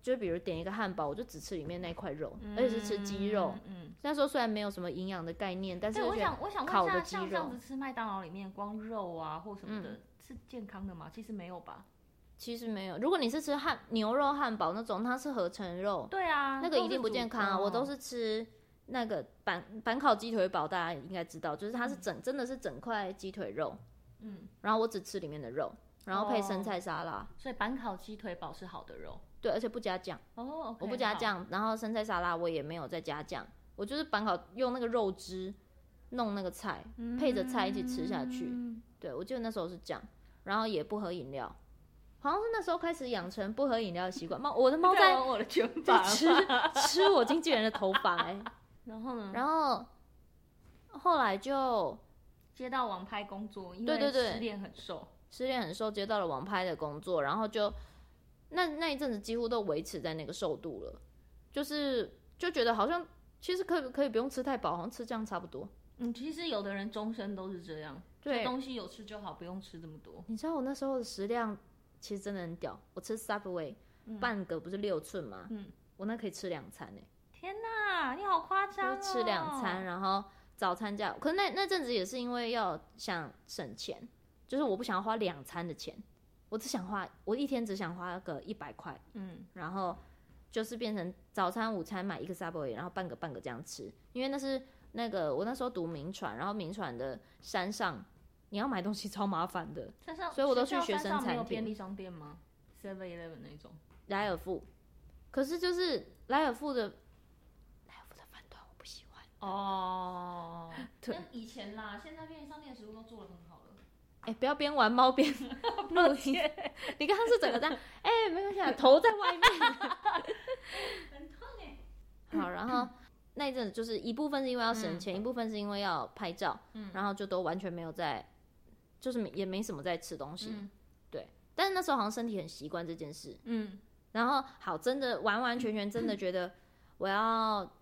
[SPEAKER 1] 就比如点一个汉堡，我就只吃里面那一块肉，而且是吃鸡肉。
[SPEAKER 2] 嗯，
[SPEAKER 1] 那时候虽然没有什么营养的概念，但是
[SPEAKER 2] 对，我
[SPEAKER 1] 觉得
[SPEAKER 2] 想我想
[SPEAKER 1] 烤
[SPEAKER 2] 问一
[SPEAKER 1] 的
[SPEAKER 2] 下，
[SPEAKER 1] 鸡
[SPEAKER 2] 像这样
[SPEAKER 1] 肉嗯
[SPEAKER 2] 子吃麦当劳里面光肉啊或什么的，是健康的吗？其实没有吧。
[SPEAKER 1] 其实没有。如果你是吃汉牛肉汉堡那种，它是合成肉，
[SPEAKER 2] 对啊，
[SPEAKER 1] 那个一定不健康啊！我都
[SPEAKER 2] 是
[SPEAKER 1] 是吃那个板板烤鸡腿堡，大家应该知道，就是它是整、真的是整块鸡腿肉，
[SPEAKER 2] 煮嗯，哦
[SPEAKER 1] 然后我只吃里面的肉，然后配生菜沙拉，
[SPEAKER 2] 所以板烤鸡腿堡是好的肉
[SPEAKER 1] 对，而且不加酱，
[SPEAKER 2] 哦，OK，
[SPEAKER 1] 我不加
[SPEAKER 2] 好，
[SPEAKER 1] 酱，然后生菜沙拉我也没有再加酱，我就是板烤用那个肉汁弄那个菜，配着菜一起吃下去。
[SPEAKER 2] 嗯
[SPEAKER 1] 对我记得那时候是这样，然后也不喝饮料。好像是那时候开始养成不喝饮料的习惯。猫，我的猫
[SPEAKER 2] 再
[SPEAKER 1] 在
[SPEAKER 2] 玩我的卷
[SPEAKER 1] 在
[SPEAKER 2] 发，
[SPEAKER 1] 吃 吃我经纪人的头发哎、
[SPEAKER 2] 然后呢，
[SPEAKER 1] 然后后来就
[SPEAKER 2] 接到网拍工作，因
[SPEAKER 1] 对对
[SPEAKER 2] 为
[SPEAKER 1] 对
[SPEAKER 2] 失恋很瘦，
[SPEAKER 1] 失恋很瘦，接到了网拍的工作，然后就那那一阵子几乎都维持在那个瘦度了，就是就觉得好像其实可以可以不用吃太饱，好像吃这样差不多。
[SPEAKER 2] 嗯，其实有的人终身都是这样，
[SPEAKER 1] 对
[SPEAKER 2] 就东西有吃就好，不用吃这么多，
[SPEAKER 1] 你知道我那时候的食量其实真的很屌，我吃 Subway、半个不是六寸吗？
[SPEAKER 2] 嗯，
[SPEAKER 1] 我那可以吃两餐欸呢、
[SPEAKER 2] 天哪，你好夸张
[SPEAKER 1] 就
[SPEAKER 2] 哦，
[SPEAKER 1] 是吃两餐，，然后早餐加，可是那那阵子也是因为要想省钱，就是我不想要花两餐的钱，我只想花我一天只想花个一百块，
[SPEAKER 2] 嗯，
[SPEAKER 1] 然后就是变成早餐、午餐买一个 Subway，然后半个半个这样吃，因为那是那个我那时候读民传，然后民传的山上你要买东西超麻烦的，
[SPEAKER 2] 山上，
[SPEAKER 1] 所以我都去
[SPEAKER 2] 学校
[SPEAKER 1] 学
[SPEAKER 2] 山
[SPEAKER 1] 生
[SPEAKER 2] 上没
[SPEAKER 1] 餐
[SPEAKER 2] 有
[SPEAKER 1] 厅
[SPEAKER 2] 便利商店吗？Seven Eleven 那种，
[SPEAKER 1] 莱尔富，可是就是莱尔富的莱尔富的饭团我不喜欢。
[SPEAKER 2] 哦，
[SPEAKER 1] 对
[SPEAKER 2] 跟以前啦，现在便利商店的食物都做的很好 了。
[SPEAKER 1] 哎、不要边玩猫 边录音， 你刚刚是整个这样，哎、没关系啊，头在外面。
[SPEAKER 2] 很痛哎。
[SPEAKER 1] 好，然后那一阵子就是一部分是因为要省钱，一部分是因为要拍照，
[SPEAKER 2] 嗯
[SPEAKER 1] 然后就都完全没有在，就是没也没什么在吃东西。
[SPEAKER 2] 嗯
[SPEAKER 1] 但是那时候好像身体很习惯这件事，
[SPEAKER 2] 嗯
[SPEAKER 1] 然后好，真的完完全全真的觉得我要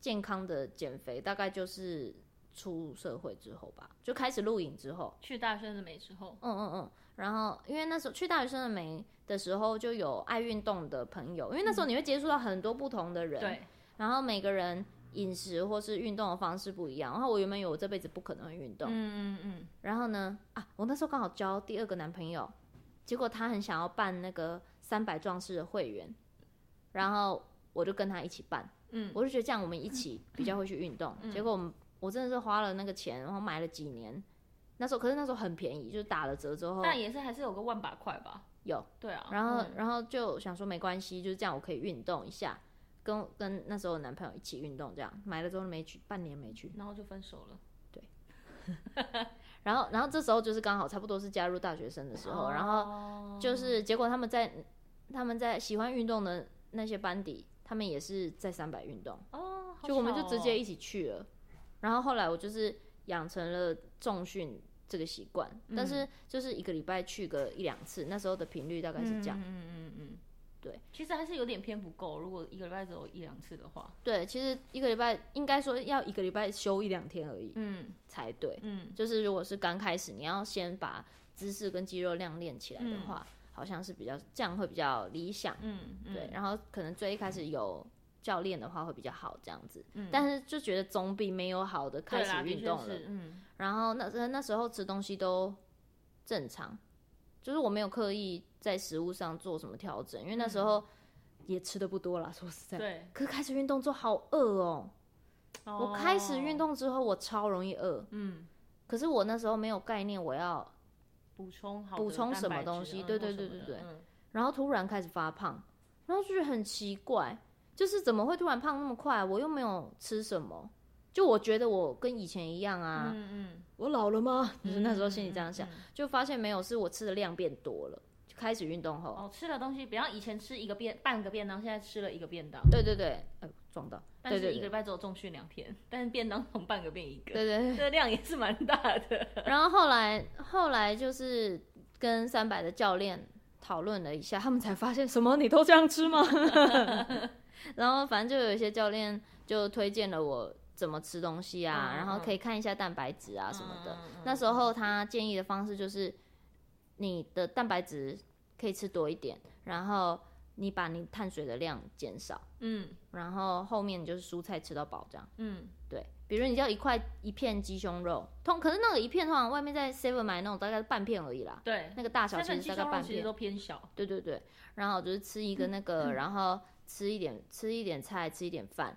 [SPEAKER 1] 健康的减肥，大概就是出社会之后吧，就开始录影之后，
[SPEAKER 2] 去大学的美之后，
[SPEAKER 1] 嗯嗯嗯。然后，因为那时候去大学生的美的时候，就有爱运动的朋友，因为那时候你会接触到很多不同的人，
[SPEAKER 2] 嗯对，
[SPEAKER 1] 然后每个人饮食或是运动的方式不一样。然后我原本以为我这辈子不可能会运动，
[SPEAKER 2] 嗯嗯嗯，
[SPEAKER 1] 然后呢，啊，我那时候刚好交第二个男朋友，结果他很想要办那个三百壮士的会员，然后我就跟他一起办，
[SPEAKER 2] 嗯，
[SPEAKER 1] 我就觉得这样我们一起比较会去运动。结果我们我真的是花了那个钱，然后买了几年，那时候可是那时候很便宜，就是打了折之后
[SPEAKER 2] 但也是还是有个万把块吧。
[SPEAKER 1] 有，
[SPEAKER 2] 对啊，
[SPEAKER 1] 然后
[SPEAKER 2] 嗯
[SPEAKER 1] 然后就想说没关系，就是这样我可以运动一下。跟跟那时候的男朋友一起运动，这样买了之后没去，半年没去，
[SPEAKER 2] 然后就分手了。
[SPEAKER 1] 然后然后这时候就是刚好差不多是加入大学生的时候，哦然后
[SPEAKER 2] 后
[SPEAKER 1] 就是结果他们在他们在喜欢运动的那些班底，他们也是在三百运动，
[SPEAKER 2] 哦，好
[SPEAKER 1] 就我们就
[SPEAKER 2] 巧哦
[SPEAKER 1] 直接一起去了。然后后来我就是养成了重训这个习惯，
[SPEAKER 2] 嗯
[SPEAKER 1] 但是就是一个礼拜去个一两次，那时候的频率大概是这样。
[SPEAKER 2] 嗯嗯嗯嗯，
[SPEAKER 1] 对，
[SPEAKER 2] 其实还是有点偏不够。如果一个礼拜只有一两次的话，
[SPEAKER 1] 对，其实一个礼拜应该说要一个礼拜休一两天而已
[SPEAKER 2] 嗯
[SPEAKER 1] 才对。
[SPEAKER 2] 嗯，
[SPEAKER 1] 就是如果是刚开始，你要先把姿势跟肌肉量练起来的话，好像是比较这样会比较理想。
[SPEAKER 2] 嗯嗯
[SPEAKER 1] 对，，然后可能最一开始有教练的话会比较好这样子，但是就觉得总比没有好的开
[SPEAKER 2] 嗯对啦
[SPEAKER 1] 始运动
[SPEAKER 2] 的确
[SPEAKER 1] 了
[SPEAKER 2] 是。嗯
[SPEAKER 1] 然后那那时候吃东西都正常，就是我没有刻意在食物上做什么调整，因为那
[SPEAKER 2] 嗯
[SPEAKER 1] 时候也吃的不多啦，说实在。
[SPEAKER 2] 对，
[SPEAKER 1] 可是开始运动之后好饿哦！我开始运
[SPEAKER 2] 哦，
[SPEAKER 1] 动之后，我超容易饿。
[SPEAKER 2] 嗯，
[SPEAKER 1] 可是我那时候没有概念，我要
[SPEAKER 2] 补充好的
[SPEAKER 1] 补充什么
[SPEAKER 2] 蛋白质
[SPEAKER 1] 东西
[SPEAKER 2] 嗯
[SPEAKER 1] 对
[SPEAKER 2] 或
[SPEAKER 1] 对
[SPEAKER 2] 什
[SPEAKER 1] 对
[SPEAKER 2] 么
[SPEAKER 1] 对
[SPEAKER 2] 的
[SPEAKER 1] 对
[SPEAKER 2] 嗯
[SPEAKER 1] 然后突然开始发胖，然后就觉得很奇怪，就是怎么会突然胖那么快？我又没有吃什么，就我觉得我跟以前一样啊，
[SPEAKER 2] 嗯
[SPEAKER 1] 我老了吗？
[SPEAKER 2] 嗯，
[SPEAKER 1] 就是那时候心里这样想，
[SPEAKER 2] 嗯。嗯嗯
[SPEAKER 1] 就发现没有，是我吃的量变多了，就开始运动后，
[SPEAKER 2] 哦，吃的东西，比方以前吃一个便半个便当，现在吃了一个便当，
[SPEAKER 1] 对对对，呃，撞到，
[SPEAKER 2] 但
[SPEAKER 1] 对
[SPEAKER 2] 是
[SPEAKER 1] 对
[SPEAKER 2] 一个
[SPEAKER 1] 对
[SPEAKER 2] 礼拜只有重训两天， 但是便当从半个变一个，
[SPEAKER 1] 对对对。
[SPEAKER 2] 这量也是蛮大的。
[SPEAKER 1] 然后后来后来就是跟三百的教练讨论了一下，他们才发现什么你都这样吃吗？ 然后反正就有一些教练就推荐了我怎么吃东西啊，
[SPEAKER 2] 嗯嗯
[SPEAKER 1] 然后可以看一下蛋白质啊什么的。
[SPEAKER 2] 嗯嗯
[SPEAKER 1] 那时候他建议的方式就是，你的蛋白质可以吃多一点，然后你把你碳水的量减少，
[SPEAKER 2] 嗯
[SPEAKER 1] 然后后面就是蔬菜吃到饱这样。
[SPEAKER 2] 嗯，
[SPEAKER 1] 对，比如你要一块一片鸡胸肉，通可是那个一片的话，外面在 Seven 买那种大概是半片而已啦，
[SPEAKER 2] 对，
[SPEAKER 1] 那个大小
[SPEAKER 2] 三
[SPEAKER 1] 其
[SPEAKER 2] 粉
[SPEAKER 1] 实大
[SPEAKER 2] 鸡
[SPEAKER 1] 概
[SPEAKER 2] 胸肉
[SPEAKER 1] 半
[SPEAKER 2] 其实
[SPEAKER 1] 片。
[SPEAKER 2] 都嗯偏小，
[SPEAKER 1] 对对对，然后就是吃一个那个，然后吃一点吃一点菜，吃一点饭，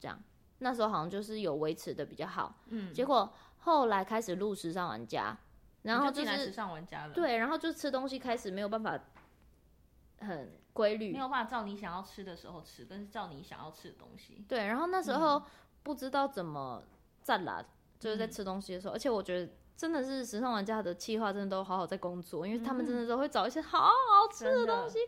[SPEAKER 1] 这样。那时候好像就是有维持的比较好，
[SPEAKER 2] 嗯，
[SPEAKER 1] 结果后来开始录时尚玩家，然
[SPEAKER 2] 你
[SPEAKER 1] 后
[SPEAKER 2] 就进来时
[SPEAKER 1] 是
[SPEAKER 2] 尚玩家了，，
[SPEAKER 1] 对，然后就吃东西开始没有办法很规律
[SPEAKER 2] 没，有办法照你想要吃的时候吃，跟照你想要吃的东西。
[SPEAKER 1] 对，然后那时
[SPEAKER 2] 嗯
[SPEAKER 1] 候不知道怎么赞啦，就是在吃东西的时候，而且我觉得真的是时尚玩家的企划真的都好好在工作，因为他们
[SPEAKER 2] 嗯
[SPEAKER 1] 真的都会找一些好好吃的
[SPEAKER 2] 真的
[SPEAKER 1] 东西。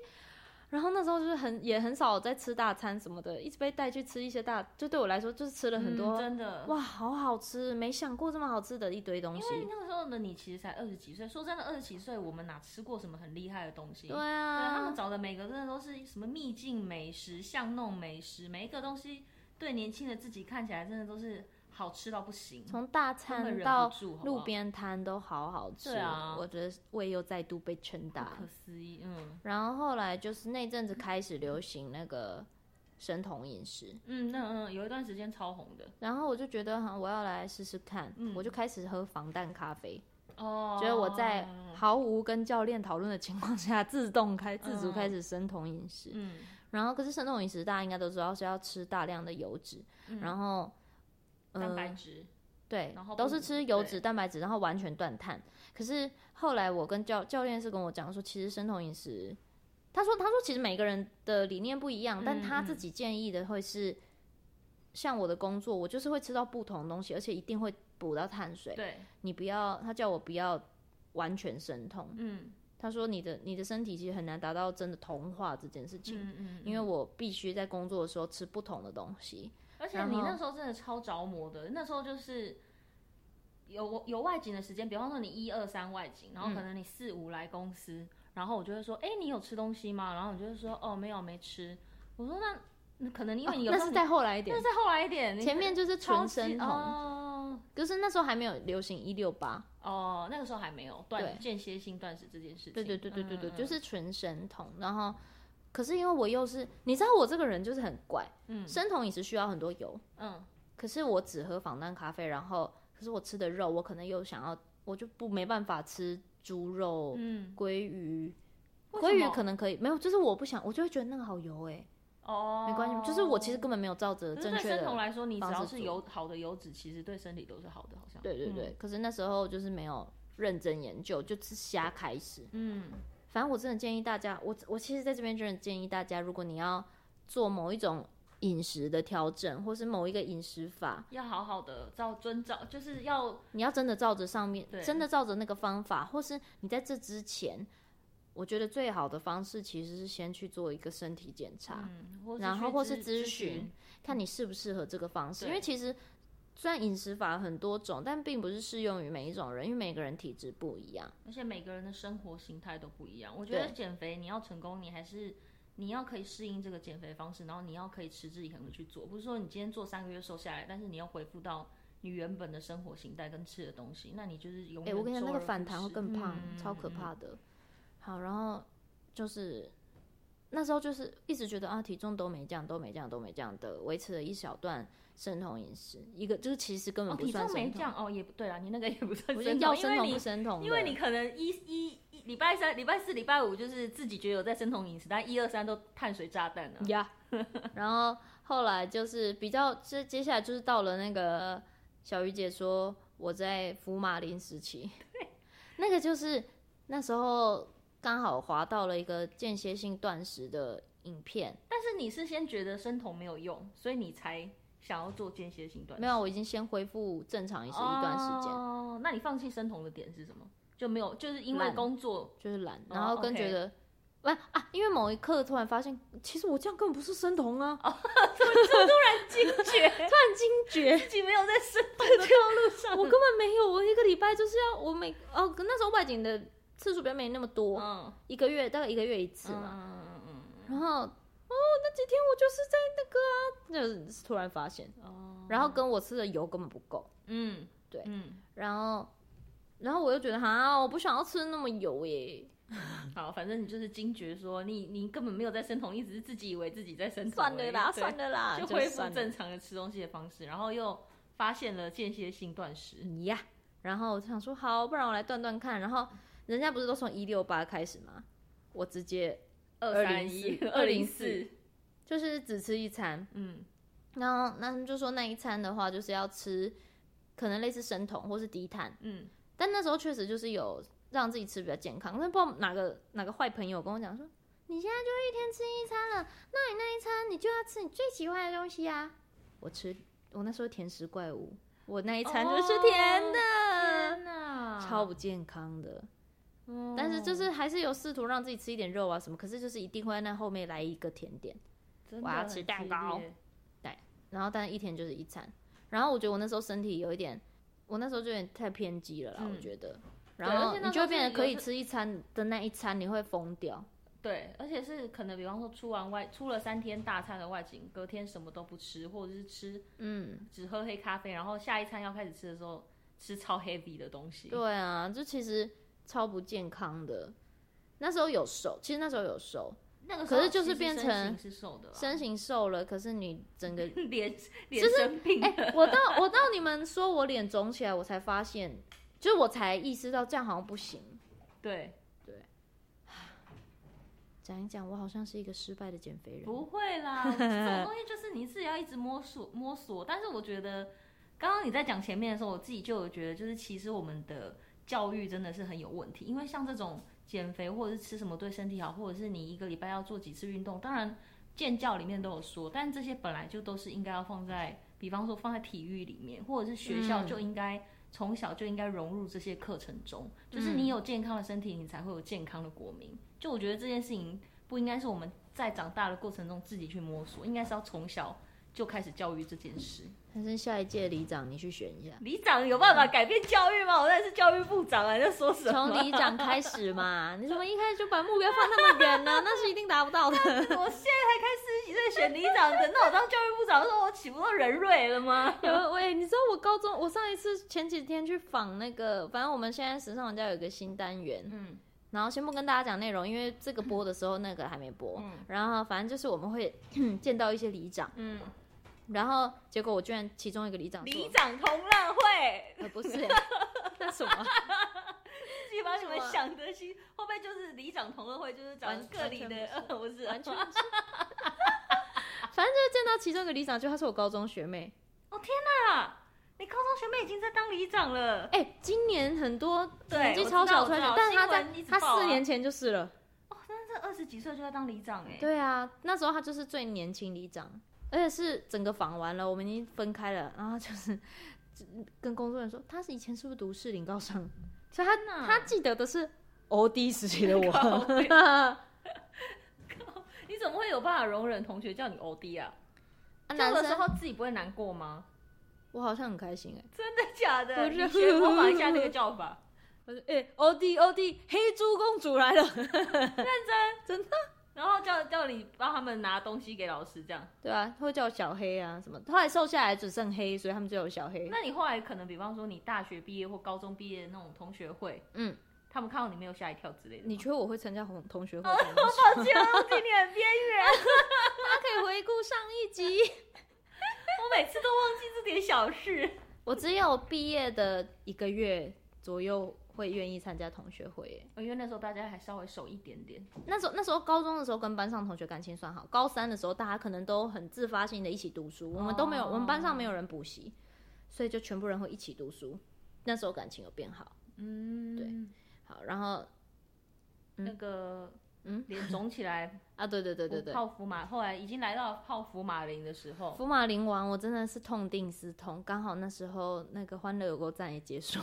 [SPEAKER 1] 然后那时候就是很也很少在吃大餐什么的，一直被带去吃一些大，就对我来说就是吃了很
[SPEAKER 2] 嗯
[SPEAKER 1] 多、
[SPEAKER 2] 真的，
[SPEAKER 1] 哇，好好吃，没想过这么好吃的一堆东西。
[SPEAKER 2] 因为那个时候的你其实才二十几岁，说真的，二十几岁我们哪吃过什么很厉害的东西？
[SPEAKER 1] 对
[SPEAKER 2] 对啊，他
[SPEAKER 1] 啊
[SPEAKER 2] 们，找的每个真的都是什么秘境美食、巷弄美食，每一个东西对年轻的自己看起来真的都是好吃到不行，
[SPEAKER 1] 从大
[SPEAKER 2] 根本
[SPEAKER 1] 餐
[SPEAKER 2] 忍
[SPEAKER 1] 到
[SPEAKER 2] 不住，好不好
[SPEAKER 1] 路边摊都好好吃，
[SPEAKER 2] 对啊
[SPEAKER 1] 我觉得胃又再度被撑大
[SPEAKER 2] 不可思议，嗯
[SPEAKER 1] 然后后来就是那阵子开始流行那个生酮饮食，
[SPEAKER 2] 嗯，那嗯有一段时间超红的
[SPEAKER 1] 然后我就觉得哈，我要来试试看，
[SPEAKER 2] 嗯
[SPEAKER 1] 我就开始喝防弹咖啡，
[SPEAKER 2] 哦，
[SPEAKER 1] 觉得我在毫无跟教练讨论的情况下， 自动开自主开始生酮饮食。
[SPEAKER 2] 嗯
[SPEAKER 1] 然后可是生酮饮食大家应该都知道是要吃大量的油脂，
[SPEAKER 2] 嗯
[SPEAKER 1] 然后
[SPEAKER 2] 蛋白
[SPEAKER 1] 呃
[SPEAKER 2] 质，
[SPEAKER 1] 对
[SPEAKER 2] 然后，
[SPEAKER 1] 都
[SPEAKER 2] 不
[SPEAKER 1] 是吃油脂、
[SPEAKER 2] 对
[SPEAKER 1] 蛋白质，然后完全断碳。可是后来我跟教教练是跟我讲说，其实生酮饮食他说他说其实每个人的理念不一样，但
[SPEAKER 2] 嗯
[SPEAKER 1] 他自
[SPEAKER 2] 嗯
[SPEAKER 1] 己建议的会是，像我的工作，我就是会吃到不同的东西，而且一定会补到碳水。
[SPEAKER 2] 对，
[SPEAKER 1] 你不要，他叫我不要完全神通。
[SPEAKER 2] 嗯
[SPEAKER 1] 他说你的你的身体其实很难达到真的同化这件事情，
[SPEAKER 2] 嗯嗯，
[SPEAKER 1] 因为我必须在工作的时候吃不同的东西。
[SPEAKER 2] 而且
[SPEAKER 1] 然
[SPEAKER 2] 你
[SPEAKER 1] 后
[SPEAKER 2] 那时候真的超着魔的，那时候就是有有外景的时间，比方说你一二三外景，然后可
[SPEAKER 1] 嗯
[SPEAKER 2] 能你四五来公司，然后我就会说，哎、你有吃东西吗？然后你就会说，哦，没有，没吃。我说那那可能因为你有、
[SPEAKER 1] 哦那是再后来一点
[SPEAKER 2] 那，再后来一点，你
[SPEAKER 1] 前面就是
[SPEAKER 2] 超
[SPEAKER 1] 纯
[SPEAKER 2] 级
[SPEAKER 1] 神童，
[SPEAKER 2] 哦
[SPEAKER 1] 就是那时候还没有流行一六八。
[SPEAKER 2] 哦，那个时候还没有断
[SPEAKER 1] 对
[SPEAKER 2] 间歇性断食这件事情。
[SPEAKER 1] 对对对对对对，
[SPEAKER 2] 嗯
[SPEAKER 1] 就是纯神童。然后，可是因为我又是，你知道我这个人就是很怪，
[SPEAKER 2] 嗯
[SPEAKER 1] 生酮饮食需要很多油，
[SPEAKER 2] 嗯
[SPEAKER 1] 可是我只喝防弹咖啡，然后可是我吃的肉，我可能又想要，我就不没办法吃猪肉、
[SPEAKER 2] 嗯，
[SPEAKER 1] 鲑鱼。
[SPEAKER 2] 为
[SPEAKER 1] 鲑
[SPEAKER 2] 什
[SPEAKER 1] 鱼
[SPEAKER 2] 么
[SPEAKER 1] 可能可以，没有，就是我不想，我就会觉得那个好油哎、
[SPEAKER 2] 哦，
[SPEAKER 1] 没关系，就是我其实根本没有照着
[SPEAKER 2] 可是
[SPEAKER 1] 正
[SPEAKER 2] 对
[SPEAKER 1] 确
[SPEAKER 2] 生酮
[SPEAKER 1] 的，
[SPEAKER 2] 来说，你只
[SPEAKER 1] 方
[SPEAKER 2] 要
[SPEAKER 1] 式
[SPEAKER 2] 是
[SPEAKER 1] 做
[SPEAKER 2] 油嗯好的油脂，其实对身体都是好的，好像。
[SPEAKER 1] 对对对。可是那时候就是没有认真研究，就吃瞎开始。
[SPEAKER 2] 嗯，嗯，
[SPEAKER 1] 反正我真的建议大家，我我其实在这边真的建议大家，如果你要做某一种饮食的调整，或是某一个饮食法，
[SPEAKER 2] 要好好的照遵照，就是要
[SPEAKER 1] 你要真的照着上面
[SPEAKER 2] 对，
[SPEAKER 1] 真的照着那个方法，或是你在这之前，我觉得最好的方式其实是先去做一个身体检查，
[SPEAKER 2] 嗯，或是
[SPEAKER 1] 然后
[SPEAKER 2] 去
[SPEAKER 1] 或
[SPEAKER 2] 咨
[SPEAKER 1] 是咨
[SPEAKER 2] 询
[SPEAKER 1] 询，看你适不适合这个方式。
[SPEAKER 2] 对
[SPEAKER 1] 因为其实虽然饮食法很多种，但并不是适用于每一种人，因为每个人体质不一样。
[SPEAKER 2] 而且每个人的生活形态都不一样。我觉得
[SPEAKER 1] 对
[SPEAKER 2] 减肥你要成功，你还是你要可以适应这个减肥方式，然后你要可以持之以恒的去做，不是说你今天做三个月瘦下来，但是你要恢复到你原本的生活形态跟吃的东西，那你就是永
[SPEAKER 1] 哎、
[SPEAKER 2] 远。
[SPEAKER 1] 我跟你讲，那个反弹会更胖，
[SPEAKER 2] 嗯
[SPEAKER 1] 超可怕的。好，然后就是那时候就是一直觉得啊，体重都没降，都没降，都没降的，维持了一小段生酮饮食，一个就是其实根
[SPEAKER 2] 哦，
[SPEAKER 1] 本不
[SPEAKER 2] 体
[SPEAKER 1] 算
[SPEAKER 2] 重
[SPEAKER 1] 生
[SPEAKER 2] 没
[SPEAKER 1] 酮，
[SPEAKER 2] 降哦，也不对啊，你那个也不算
[SPEAKER 1] 不
[SPEAKER 2] 生
[SPEAKER 1] 是
[SPEAKER 2] 酮
[SPEAKER 1] 要
[SPEAKER 2] 因
[SPEAKER 1] 生
[SPEAKER 2] 为
[SPEAKER 1] 酮
[SPEAKER 2] 你
[SPEAKER 1] 不生酮的，
[SPEAKER 2] 因为你可能一一一礼拜三、礼拜四、礼拜五就是自己觉得有在生酮饮食，但一二三都碳水炸弹了、啊。
[SPEAKER 1] 呀然后后来就是比较，这接下来就是到了那个小鱼姐说我在福马林时期，那个就是那时候刚好滑到了一个间歇性断食的影片，
[SPEAKER 2] 但是你是先觉得生酮没有用，所以你才想要做间歇性断食，
[SPEAKER 1] 没有，我已经先恢复正常饮食一段时间，
[SPEAKER 2] 哦，那你放弃生酮的点是什么？就没有，就是因为
[SPEAKER 1] 懒
[SPEAKER 2] 工作
[SPEAKER 1] 就是懒，
[SPEAKER 2] 哦
[SPEAKER 1] 然后跟
[SPEAKER 2] OK
[SPEAKER 1] 觉得。不啊！因为某一刻突然发现，其实我这样根本不是生酮啊！
[SPEAKER 2] 哦
[SPEAKER 1] 突
[SPEAKER 2] 惊觉
[SPEAKER 1] 然惊觉，
[SPEAKER 2] 自己没有在生酮的道路上。
[SPEAKER 1] 我根本没有，我一个礼拜就是要我每哦，可那时候外景的次数比较没那么多，
[SPEAKER 2] 嗯，
[SPEAKER 1] 一个月大概一个月一次嘛。
[SPEAKER 2] 嗯嗯嗯
[SPEAKER 1] 然后哦，那几天我就是在那个啊，就是突然发现，
[SPEAKER 2] 嗯，哦，
[SPEAKER 1] 然后跟我吃的油根本不够，
[SPEAKER 2] 嗯，
[SPEAKER 1] 对
[SPEAKER 2] 嗯，
[SPEAKER 1] 然后然后我又觉得哈，我不想要吃那么油耶，
[SPEAKER 2] 好，反正你就是惊觉说你你根本没有在生酮，一直是自己以为自己在生酮而
[SPEAKER 1] 算
[SPEAKER 2] 已，
[SPEAKER 1] 了啦，
[SPEAKER 2] 对
[SPEAKER 1] 算了啦，
[SPEAKER 2] 就
[SPEAKER 1] 就
[SPEAKER 2] 恢复
[SPEAKER 1] 算了
[SPEAKER 2] 正常的吃东西的方式，然后又发现了间歇性断食。
[SPEAKER 1] 呀。然后我就想说好，不然我来断断看。然后人家不是都从一六八开始吗？我直接
[SPEAKER 2] 二三一二零四
[SPEAKER 1] 204，就是只吃一餐，
[SPEAKER 2] 嗯
[SPEAKER 1] 然后那他们就说那一餐的话就是要吃，可能类似生酮或是低碳，
[SPEAKER 2] 嗯，
[SPEAKER 1] 但那时候确实就是有让自己吃比较健康，但不知道哪个哪个坏朋友跟我讲说，你现在就一天吃一餐了，那你那一餐你就要吃你最喜欢的东西啊。我吃，我那时候甜食怪物，我那一餐就是甜的，
[SPEAKER 2] 哦天哪，
[SPEAKER 1] 超不健康的。
[SPEAKER 2] 哦，
[SPEAKER 1] 但是就是还是有试图让自己吃一点肉啊什么，可是就是一定会在那后面来一个甜点，
[SPEAKER 2] 真的
[SPEAKER 1] 我要
[SPEAKER 2] 很
[SPEAKER 1] 吃
[SPEAKER 2] 激
[SPEAKER 1] 蛋糕
[SPEAKER 2] 烈
[SPEAKER 1] 然后但是一天就是一餐。然后我觉得我那时候身体有一点，我那时候就有点太偏激了啦，
[SPEAKER 2] 嗯
[SPEAKER 1] 我觉得。
[SPEAKER 2] 对
[SPEAKER 1] 然
[SPEAKER 2] 而
[SPEAKER 1] 后
[SPEAKER 2] 且那
[SPEAKER 1] 你就
[SPEAKER 2] 时候
[SPEAKER 1] 会变
[SPEAKER 2] 是
[SPEAKER 1] 得可以
[SPEAKER 2] 有时嗯
[SPEAKER 1] 吃一餐的那一餐，你会疯掉。
[SPEAKER 2] 对，而且是可能，比方说出完外出了三天大餐的外景，隔天什么都不吃，或者是吃
[SPEAKER 1] 嗯，
[SPEAKER 2] 只喝黑咖啡，然后下一餐要开始吃的时候吃超 heavy 的东西。
[SPEAKER 1] 对啊，就其实超不健康的。那时候有瘦，其实那时候有瘦，
[SPEAKER 2] 那个时
[SPEAKER 1] 可
[SPEAKER 2] 候
[SPEAKER 1] 是就是
[SPEAKER 2] 其实
[SPEAKER 1] 变
[SPEAKER 2] 身
[SPEAKER 1] 成
[SPEAKER 2] 形是瘦的啦，，
[SPEAKER 1] 身形瘦了，可是你整个
[SPEAKER 2] 脸脸生病了。
[SPEAKER 1] 哎、我到我到你们说我脸肿起来，我才发现，就是我才意识到这样好像不行。
[SPEAKER 2] 对，
[SPEAKER 1] 讲一讲，我好像是一个失败的减肥人。
[SPEAKER 2] 不会 啦，这种东西就是你自己要一直摸索摸索。但是我觉得，刚刚你在讲前面的时候，我自己就有觉得，就是其实我们的教育真的是很有问题，因为像这种减肥或者是吃什么对身体好，或者是你一个礼拜要做几次运动，当然健教里面都有说，但这些本来就都是应该要放在，比方说放在体育里面，或者是学校
[SPEAKER 1] 嗯
[SPEAKER 2] 就应该、从小就应该融入这些课程中，就是你有健康的身体，你才会有健康的国民。就我觉得这件事情不应该是我们在长大的过程中自己去摸索，应该是要从小就开始教育这件事。
[SPEAKER 1] 还是下一届里长你去选一下，
[SPEAKER 2] 里长有办法改变教育吗？我那是教育部长啊，你在说什么？
[SPEAKER 1] 从里长开始嘛。你怎么一开始就把目标放那么远呢？那是一定达不到的。
[SPEAKER 2] 我现在才开始一岁选里长，等到我当教育部长的时候，我岂不都人瑞了吗？
[SPEAKER 1] 有 喂，你知道我高中，我上一次前几天去访那个，反正我们现在时尚玩家有一个新单元，
[SPEAKER 2] 嗯
[SPEAKER 1] 然后先不跟大家讲内容，因为这个播的时候那个还没播。
[SPEAKER 2] 嗯
[SPEAKER 1] 然后反正就是我们会 见到一些里长，
[SPEAKER 2] 嗯，
[SPEAKER 1] 然后结果我居然其中一个里长说
[SPEAKER 2] 里长同乐会，
[SPEAKER 1] 呃不是、欸，那什么
[SPEAKER 2] 自己把你们
[SPEAKER 1] 为什么
[SPEAKER 2] 想的心，会不会就是里长同乐会，就是找
[SPEAKER 1] 完
[SPEAKER 2] 各里
[SPEAKER 1] 完
[SPEAKER 2] 的，
[SPEAKER 1] 全
[SPEAKER 2] 呃 不是啊，
[SPEAKER 1] 完全不是，反正就是见到其中一个里长，就她是我高中学妹。
[SPEAKER 2] 啊，你高中学妹已经在当里长了，
[SPEAKER 1] 哎、今年很多
[SPEAKER 2] 对
[SPEAKER 1] 年纪超小出来
[SPEAKER 2] 我知
[SPEAKER 1] 选
[SPEAKER 2] 道我，
[SPEAKER 1] 但
[SPEAKER 2] 知
[SPEAKER 1] 是
[SPEAKER 2] 道
[SPEAKER 1] 她在
[SPEAKER 2] 新闻一直
[SPEAKER 1] 她
[SPEAKER 2] 报啊
[SPEAKER 1] 四年前就是了。
[SPEAKER 2] 哦，真的是二十几岁就在当里长哎、
[SPEAKER 1] 对啊，那时候他就是最年轻里长，而且是整个访完了，我们已经分开了，然后就是跟工作人员说，他是以前是不是读市林高商，所以他
[SPEAKER 2] 天哪
[SPEAKER 1] 他记得的是欧弟时期的啊
[SPEAKER 2] 靠背
[SPEAKER 1] 我。
[SPEAKER 2] 你怎么会有办法容忍同学叫你欧弟啊？
[SPEAKER 1] 啊
[SPEAKER 2] 叫
[SPEAKER 1] 男
[SPEAKER 2] 的时
[SPEAKER 1] 生，
[SPEAKER 2] 候自己不会难过吗？
[SPEAKER 1] 我好像很开心哎、
[SPEAKER 2] 真的假的？
[SPEAKER 1] 我
[SPEAKER 2] 你
[SPEAKER 1] 是
[SPEAKER 2] 学模仿一下那个叫法。
[SPEAKER 1] 我说哎，欧弟欧弟，黑猪公主来了，
[SPEAKER 2] 然后叫叫你帮他们拿东西给老师，这样。
[SPEAKER 1] 对啊，会叫我小黑啊什么的，后来瘦下来只剩黑，所以他们就有小黑。
[SPEAKER 2] 那你后来可能，比方说你大学毕业或高中毕业的那种同学会，
[SPEAKER 1] 嗯，
[SPEAKER 2] 他们看到你 没有吓一跳之类的吗。
[SPEAKER 1] 你觉得我会参加同同学 会吗？
[SPEAKER 2] 抱歉，我离你很边缘，
[SPEAKER 1] 大家可以回顾上一集。
[SPEAKER 2] 我每次都忘记这点小事。
[SPEAKER 1] 我只有毕业的一个月左右会愿意参加同学会耶。
[SPEAKER 2] 因为那时候大家还稍微熟一点点。
[SPEAKER 1] 那时候那时候高中的时候跟班上同学感情算好，高三的时候大家可能都很自发性的一起读书，我们都没有，
[SPEAKER 2] 哦
[SPEAKER 1] 我们班上没有人补习，所以就全部人会一起读书。那时候感情有变好，
[SPEAKER 2] 嗯，对，
[SPEAKER 1] 好，然后
[SPEAKER 2] 那个
[SPEAKER 1] 嗯
[SPEAKER 2] 脸肿起 来，
[SPEAKER 1] 啊，对对对对对，
[SPEAKER 2] 泡芙马，后来已经来到泡芙马林的时候，
[SPEAKER 1] 福马林王我真的是痛定思痛，刚好那时候那个欢乐有够站也结束，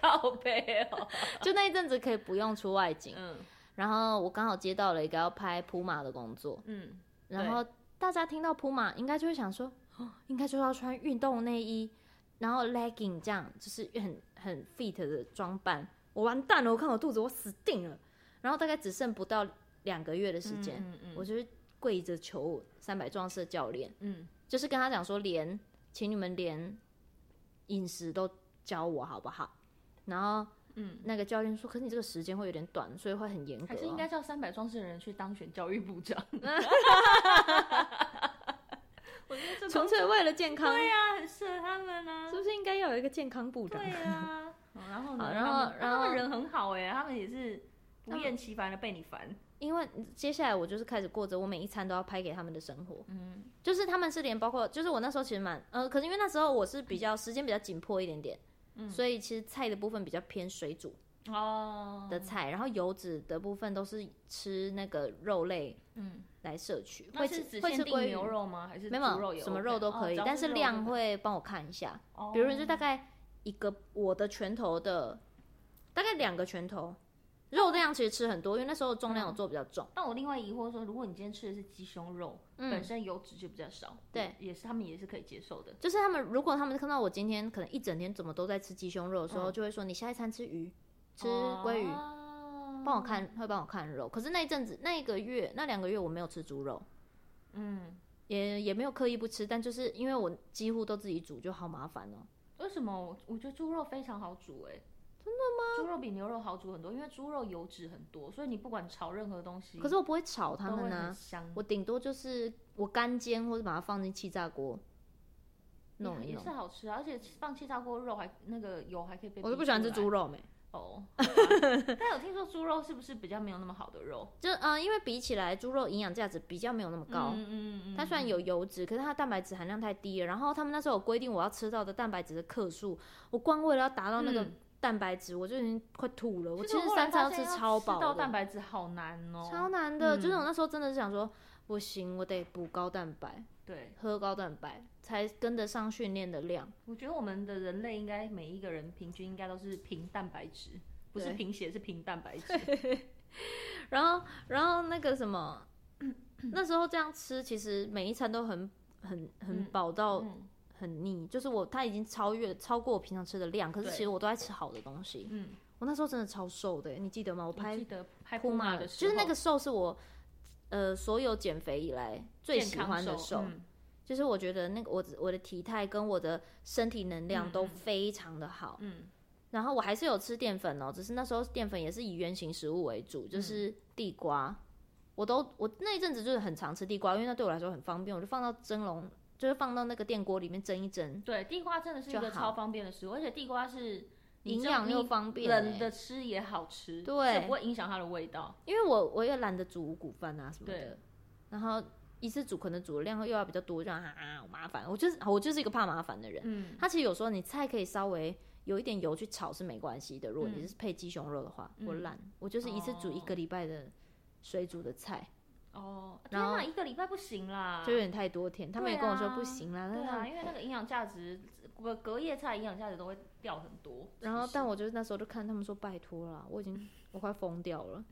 [SPEAKER 2] 靠背 哦，
[SPEAKER 1] 就 那一阵子可以不用出外景，
[SPEAKER 2] 嗯
[SPEAKER 1] 然后我刚好接到了一个要拍普马的工作，
[SPEAKER 2] 嗯，
[SPEAKER 1] 然后大家听到普马，应该就会想说，哦应该就是要穿运动内衣，然后 legging 这样，就是很很 fit 的装扮。我完蛋了，我看我肚子，我死定了。然后大概只剩不到两个月的时间，
[SPEAKER 2] 嗯嗯
[SPEAKER 1] 我就是跪着求三百壮士的教练，
[SPEAKER 2] 嗯，
[SPEAKER 1] 就是跟他讲说，连请你们连饮食都教我好不好？然后，
[SPEAKER 2] 嗯，
[SPEAKER 1] 那个教练说，可是你这个时间会有点短，所以会很严格、哦。
[SPEAKER 2] 还是应该叫三百壮士的人去当选教育部长。 我觉得这
[SPEAKER 1] 纯粹为了健康，
[SPEAKER 2] 对呀、很适合他们啊
[SPEAKER 1] 是。不是应该要有一个健康部长？
[SPEAKER 2] 对呀、好然后呢？
[SPEAKER 1] 好然后
[SPEAKER 2] 他们
[SPEAKER 1] 然后哦
[SPEAKER 2] 他们人很好哎、他们也是不
[SPEAKER 1] 他们
[SPEAKER 2] 厌其烦的被你烦。
[SPEAKER 1] 因为接下来我就是开始过着我每一餐都要拍给他们的生活，
[SPEAKER 2] 嗯
[SPEAKER 1] 就是他们是连包括，就是我那时候其实蛮呃，可是因为那时候我是比较时间比较紧迫一点点，
[SPEAKER 2] 嗯
[SPEAKER 1] 所以其实菜的部分比较偏水煮
[SPEAKER 2] 哦
[SPEAKER 1] 的菜，然后油脂的部分都是吃那个肉类
[SPEAKER 2] 嗯，
[SPEAKER 1] 来摄取，
[SPEAKER 2] 那
[SPEAKER 1] 会
[SPEAKER 2] 是
[SPEAKER 1] 吃
[SPEAKER 2] 只
[SPEAKER 1] 会
[SPEAKER 2] 限
[SPEAKER 1] 吃
[SPEAKER 2] 定
[SPEAKER 1] 鲑
[SPEAKER 2] 牛
[SPEAKER 1] 鱼，
[SPEAKER 2] 肉吗？还是
[SPEAKER 1] 没
[SPEAKER 2] 猪肉
[SPEAKER 1] 有
[SPEAKER 2] 也
[SPEAKER 1] 什么
[SPEAKER 2] OK？
[SPEAKER 1] 肉都可以，
[SPEAKER 2] 哦只要
[SPEAKER 1] 但是
[SPEAKER 2] 肉
[SPEAKER 1] 量
[SPEAKER 2] 就可以，
[SPEAKER 1] 会帮我看一下，
[SPEAKER 2] 哦
[SPEAKER 1] 比如就大概一个我的拳头的大概两个拳头，肉量其实吃很多，因为那时候重量我做比较重。
[SPEAKER 2] 嗯但我另外疑惑说，如果你今天吃的是鸡胸肉，本身油脂就比较少，
[SPEAKER 1] 嗯对，
[SPEAKER 2] 也是他们也是可以接受的。
[SPEAKER 1] 就是他们，如果他们看到我今天可能一整天怎么都在吃鸡胸肉的时候，
[SPEAKER 2] 嗯
[SPEAKER 1] 就会说你下一餐吃鱼，吃鲑鱼，
[SPEAKER 2] 哦
[SPEAKER 1] 帮、我，看，会帮我看肉。可是那一阵子，那一个月，那两个月我没有吃猪肉，呃
[SPEAKER 2] 嗯，
[SPEAKER 1] 也也没有刻意不吃，但就是因为我几乎都自己煮，就好麻烦哦、
[SPEAKER 2] 为什么？我我觉得猪肉非常好煮、哎，真的吗？猪肉比牛肉好煮很多，因为猪肉油脂很多，所以你不管炒任何东西，
[SPEAKER 1] 可是我不会炒它
[SPEAKER 2] 都会
[SPEAKER 1] 们
[SPEAKER 2] 很
[SPEAKER 1] 啊，
[SPEAKER 2] 香。
[SPEAKER 1] 我顶多就是我干煎或者把它放进气炸锅弄
[SPEAKER 2] 也
[SPEAKER 1] 一
[SPEAKER 2] 也
[SPEAKER 1] 弄
[SPEAKER 2] 是。好吃啊，而且放气炸锅肉还那个油还可以被。
[SPEAKER 1] 我都不喜欢吃猪
[SPEAKER 2] 肉
[SPEAKER 1] 肉没，
[SPEAKER 2] 哦，好吧 但有听说猪肉是不是比较没有那么好的肉？
[SPEAKER 1] 就嗯、呃因为比起来猪肉营养价值比较没有那么高，
[SPEAKER 2] 嗯嗯嗯，
[SPEAKER 1] 它虽然
[SPEAKER 2] 有
[SPEAKER 1] 有油脂，可是它的蛋白质含量太低了。然后他们那时候有规定我要吃到的蛋白质的克数，我光为了要达到那个
[SPEAKER 2] 嗯
[SPEAKER 1] 蛋白质，我就已经快吐了。我其
[SPEAKER 2] 我
[SPEAKER 1] 实
[SPEAKER 2] 嗯后来
[SPEAKER 1] 三餐要
[SPEAKER 2] 发现
[SPEAKER 1] 吃
[SPEAKER 2] 要
[SPEAKER 1] 超
[SPEAKER 2] 吃到
[SPEAKER 1] 饱
[SPEAKER 2] 蛋
[SPEAKER 1] 的，
[SPEAKER 2] 白质好难哦，
[SPEAKER 1] 超难的。就是
[SPEAKER 2] 嗯
[SPEAKER 1] 我那时候真的是想说，不行，我得补高蛋白，
[SPEAKER 2] 对，
[SPEAKER 1] 喝高蛋白才跟得上训练的量。
[SPEAKER 2] 我觉得我们的人类应该每一个人平均应该都是贫蛋白质，不是
[SPEAKER 1] 对
[SPEAKER 2] 贫血，是贫蛋白质。
[SPEAKER 1] 然后，然后那个什么， 那时候这样吃，其实每一餐都很很很
[SPEAKER 2] 嗯
[SPEAKER 1] 饱到
[SPEAKER 2] 嗯
[SPEAKER 1] 很腻，就是我它已经超越超过我平常吃的量，可是
[SPEAKER 2] 对
[SPEAKER 1] 其实我都在吃好的东西。
[SPEAKER 2] 嗯，
[SPEAKER 1] 我那时候真的超瘦的，欸你记得吗？我
[SPEAKER 2] 我
[SPEAKER 1] 拍
[SPEAKER 2] 记得拍
[SPEAKER 1] 库
[SPEAKER 2] 铺马
[SPEAKER 1] 的，
[SPEAKER 2] 的
[SPEAKER 1] 就是那个瘦是我呃所有减肥以来最喜欢的
[SPEAKER 2] 瘦，
[SPEAKER 1] 瘦，
[SPEAKER 2] 嗯
[SPEAKER 1] 就是我觉得那个我我的体态跟我的身体能量
[SPEAKER 2] 嗯
[SPEAKER 1] 都
[SPEAKER 2] 嗯
[SPEAKER 1] 非常的好。
[SPEAKER 2] 嗯
[SPEAKER 1] 然后我还是有吃淀粉哦，只是那时候淀粉也是以原型食物为主，
[SPEAKER 2] 嗯
[SPEAKER 1] 就是地瓜。我都我那一阵子就是很常吃地瓜，因为那对我来说很方便，我就放到蒸笼，就是放到那个电锅里面蒸一蒸，
[SPEAKER 2] 对，地瓜真的是一
[SPEAKER 1] 就
[SPEAKER 2] 个
[SPEAKER 1] 好
[SPEAKER 2] 超方便的食物，而且地瓜是你
[SPEAKER 1] 营
[SPEAKER 2] 蒸
[SPEAKER 1] 养又
[SPEAKER 2] 你
[SPEAKER 1] 方便、
[SPEAKER 2] 冷
[SPEAKER 1] 欸。
[SPEAKER 2] 的吃也好吃，
[SPEAKER 1] 对
[SPEAKER 2] 就不会影响它的味道。
[SPEAKER 1] 因为我我也懒得煮五谷饭啊什么的
[SPEAKER 2] 对，
[SPEAKER 1] 然后一次煮可能煮的量又要比较多，就啊好麻烦。我就是我就是一个怕麻烦的人。
[SPEAKER 2] 嗯
[SPEAKER 1] 他其实有时候你菜可以稍微有一点油去炒是没关系的，如果你是配鸡胸肉的话，我
[SPEAKER 2] 嗯
[SPEAKER 1] 懒，我就是一次煮一个礼拜的水煮的菜，
[SPEAKER 2] 哦，天
[SPEAKER 1] 然后
[SPEAKER 2] 哪，一个礼拜不行啦，
[SPEAKER 1] 就有点太多天。他们也跟我说
[SPEAKER 2] 啊对啊
[SPEAKER 1] 不行啦，
[SPEAKER 2] 对
[SPEAKER 1] 但他
[SPEAKER 2] 啊，
[SPEAKER 1] 们
[SPEAKER 2] 因为那个营养价值，隔隔夜菜营养价值都会掉很多。
[SPEAKER 1] 然后
[SPEAKER 2] 其实
[SPEAKER 1] 但我就是那时候就看他们说拜托啦，我已 经我快疯掉了，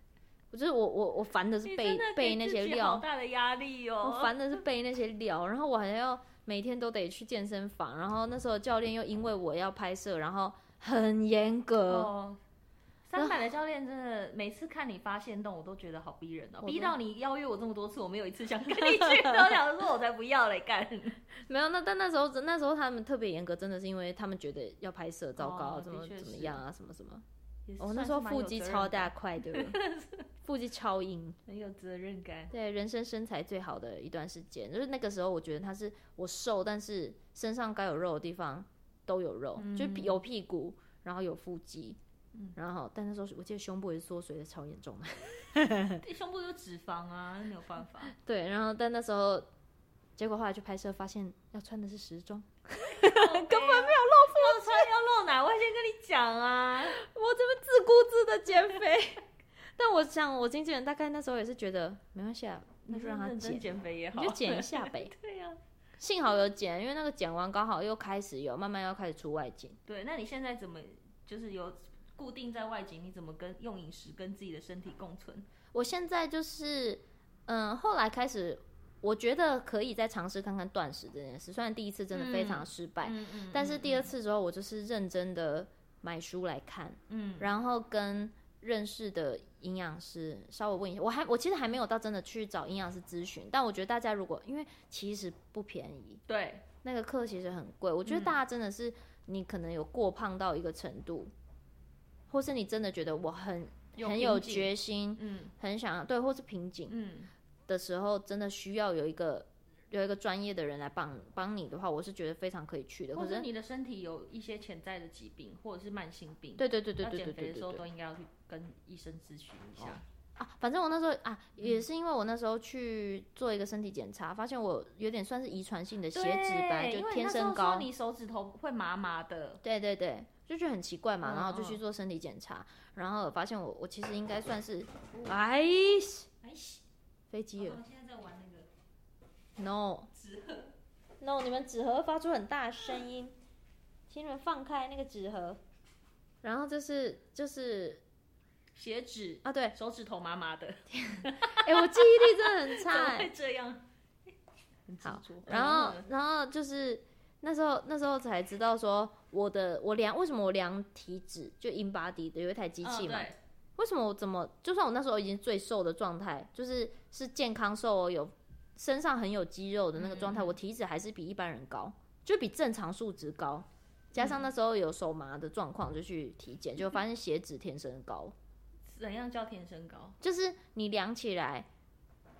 [SPEAKER 1] 我就是我我我烦的是
[SPEAKER 2] 你
[SPEAKER 1] 备
[SPEAKER 2] 真的
[SPEAKER 1] 备
[SPEAKER 2] 给
[SPEAKER 1] 那
[SPEAKER 2] 自
[SPEAKER 1] 些
[SPEAKER 2] 己
[SPEAKER 1] 料
[SPEAKER 2] 好，大的压力哦。
[SPEAKER 1] 我烦的是背那些料，然后我还要每天都得去健身房，然后那时候教练又因为我要拍摄，然后很严格，
[SPEAKER 2] 哦，三百的教练真的，每次看你发现动，我都觉得好逼人哦，
[SPEAKER 1] 我
[SPEAKER 2] 逼
[SPEAKER 1] 都
[SPEAKER 2] 到你邀约我这么多次，我没有一次想跟你 去的。我想说，我才不要嘞，干。
[SPEAKER 1] 没有那但那时候那时候他们特别严格，真的是因为他们觉得要拍摄糟糕，
[SPEAKER 2] 哦
[SPEAKER 1] 怎么
[SPEAKER 2] 的确
[SPEAKER 1] 怎么
[SPEAKER 2] 是
[SPEAKER 1] 样啊，什么什么，
[SPEAKER 2] 也
[SPEAKER 1] 我、
[SPEAKER 2] 算
[SPEAKER 1] 哦那
[SPEAKER 2] 是
[SPEAKER 1] 时候
[SPEAKER 2] 蛮
[SPEAKER 1] 腹
[SPEAKER 2] 有
[SPEAKER 1] 肌
[SPEAKER 2] 责任
[SPEAKER 1] 超大
[SPEAKER 2] 感，
[SPEAKER 1] 块的， 腹肌超硬，
[SPEAKER 2] 很有责任 感。
[SPEAKER 1] 对人生身材最好的一段时间，就是那个时候我觉得他是我瘦，但是身上该有肉的地方都有肉，就
[SPEAKER 2] 嗯
[SPEAKER 1] 有屁股，然后有腹肌。
[SPEAKER 2] 嗯
[SPEAKER 1] 然后，但那时候我记得胸部也是缩水的超严重的，
[SPEAKER 2] 对胸部有脂肪啊，那没有办法。
[SPEAKER 1] 对，然后但那时候，结果后来去拍摄，发现要穿的是时装，
[SPEAKER 2] 根本没有啊露腹
[SPEAKER 1] 啊
[SPEAKER 2] 肌，要露奶，我会先跟你讲啊。
[SPEAKER 1] 我这边自顾自的减肥。 但我想，我经纪人大概那时候也是觉得没关系啊，那 就让他
[SPEAKER 2] 认真
[SPEAKER 1] 减，
[SPEAKER 2] 减肥也
[SPEAKER 1] 你
[SPEAKER 2] 好，
[SPEAKER 1] 就减一 下呗。
[SPEAKER 2] 对啊呀、
[SPEAKER 1] 幸好有减，因为那个减完刚好又开始有慢慢要开始出外景，
[SPEAKER 2] 对，那你现在怎么就是有固定在外景？你怎么跟用饮食跟自己的身体共存？
[SPEAKER 1] 我现在就是，嗯，后来开始，我觉得可以再尝试看看断食这件事。虽然第一次真的非常失败，
[SPEAKER 2] 嗯嗯
[SPEAKER 1] 但是第二次之后，我就是认真的买书来看，
[SPEAKER 2] 嗯，
[SPEAKER 1] 然后跟认识的营养师稍微问一下。我还我其实还没有到真的去找营养师咨询，但我觉得大家如果因为其实不便宜，
[SPEAKER 2] 对，
[SPEAKER 1] 那个课其实很贵。我觉
[SPEAKER 2] 嗯
[SPEAKER 1] 得大家真的是你可能有过胖到一个程度，或是你真的觉得我很很有
[SPEAKER 2] 瓶颈，
[SPEAKER 1] 决心，
[SPEAKER 2] 嗯
[SPEAKER 1] 很想要对，或是瓶颈。
[SPEAKER 2] 嗯，
[SPEAKER 1] 的时候，真的需要有一个有一个专业的人来帮帮你的话，我是觉得非常可以去的。
[SPEAKER 2] 或
[SPEAKER 1] 可
[SPEAKER 2] 者
[SPEAKER 1] 是，
[SPEAKER 2] 你的身体有一些潜在的疾病或者是慢性病，
[SPEAKER 1] 对对对对
[SPEAKER 2] 要
[SPEAKER 1] 对对
[SPEAKER 2] 减肥
[SPEAKER 1] 对
[SPEAKER 2] 的
[SPEAKER 1] 对
[SPEAKER 2] 时候
[SPEAKER 1] 对
[SPEAKER 2] 都应该要去跟医生咨询一下。
[SPEAKER 1] 啊！反正我那时候啊，
[SPEAKER 2] 嗯
[SPEAKER 1] 也是因为我那时候去做一个身体检查，发现我有点算是遗传性的血脂吧，
[SPEAKER 2] 对因
[SPEAKER 1] 就
[SPEAKER 2] 为
[SPEAKER 1] 天
[SPEAKER 2] 那时
[SPEAKER 1] 生
[SPEAKER 2] 候
[SPEAKER 1] 高
[SPEAKER 2] 说。你手指头会麻麻的，
[SPEAKER 1] 对对对，就觉得很奇怪嘛，
[SPEAKER 2] 嗯
[SPEAKER 1] 然后就去
[SPEAKER 2] 嗯
[SPEAKER 1] 做身体检查，然后发现我我其实应该算是，哎，
[SPEAKER 2] 哎，洗
[SPEAKER 1] 飞机了
[SPEAKER 2] 我现在在玩那个
[SPEAKER 1] ，no
[SPEAKER 2] 纸鹤，
[SPEAKER 1] no，你们纸盒发出很大的声音，请你们放开那个纸盒。然后就是就是
[SPEAKER 2] 血脂，
[SPEAKER 1] 啊，对，
[SPEAKER 2] 手指头麻麻的，
[SPEAKER 1] 哎、我记忆力真的很
[SPEAKER 2] 怎
[SPEAKER 1] 差、
[SPEAKER 2] 么
[SPEAKER 1] 哎
[SPEAKER 2] 会这样？很执
[SPEAKER 1] 好
[SPEAKER 2] 着，嗯
[SPEAKER 1] 然后然后就是那时候那时候才知道说我的我量为什么我量体脂就 InBody 的有一台机器嘛，
[SPEAKER 2] 嗯对
[SPEAKER 1] 为什么我怎么就算我那时候已经最瘦的状态，就是是健康瘦哦，有身上很有肌肉的那个状态，
[SPEAKER 2] 嗯嗯嗯
[SPEAKER 1] 我体脂还是比一般人高，就比正常数值高。加上那时候有手麻的状况，就去体
[SPEAKER 2] 嗯
[SPEAKER 1] 检，就发现血脂天生高。
[SPEAKER 2] 怎样叫天生高？
[SPEAKER 1] 就是你量起来，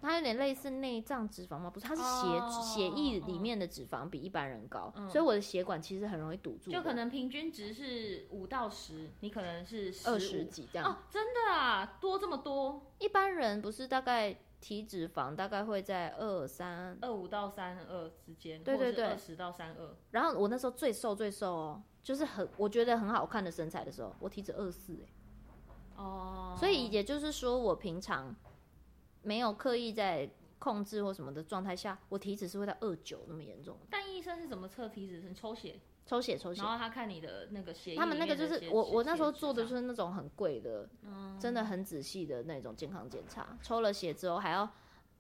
[SPEAKER 1] 它有点类似内脏脂肪吗？不是，它是血脂、
[SPEAKER 2] 哦
[SPEAKER 1] 血液里面的脂肪比一般人高，
[SPEAKER 2] 嗯
[SPEAKER 1] 所以我的血管其实很容易堵住的，
[SPEAKER 2] 就可能平均值是五到十，你可能是
[SPEAKER 1] 二十
[SPEAKER 2] 15
[SPEAKER 1] 几这样。
[SPEAKER 2] 哦，真的啊，多这么多，
[SPEAKER 1] 一般人不是大概体脂肪大概会在二三，
[SPEAKER 2] 二五到三二之间，
[SPEAKER 1] 对对对
[SPEAKER 2] 二十到三二，
[SPEAKER 1] 然后我那时候最瘦最瘦哦，就是很我觉得很好看的身材的时候，我体脂二四哎，
[SPEAKER 2] 哦，
[SPEAKER 1] 所以也就是说我平常没有刻意在控制或什么的状态下，我体脂是会在二九那么严重的，
[SPEAKER 2] 但医生是怎么测体脂？是抽血，
[SPEAKER 1] 抽血抽血
[SPEAKER 2] 然。后他看你的那个血液里
[SPEAKER 1] 他们
[SPEAKER 2] 面
[SPEAKER 1] 那
[SPEAKER 2] 的
[SPEAKER 1] 个
[SPEAKER 2] 血脂
[SPEAKER 1] 就
[SPEAKER 2] 上，
[SPEAKER 1] 是我我那时候做的就是那种很贵的，
[SPEAKER 2] 嗯
[SPEAKER 1] 真的很仔细的那种健康检查，抽了血之后还要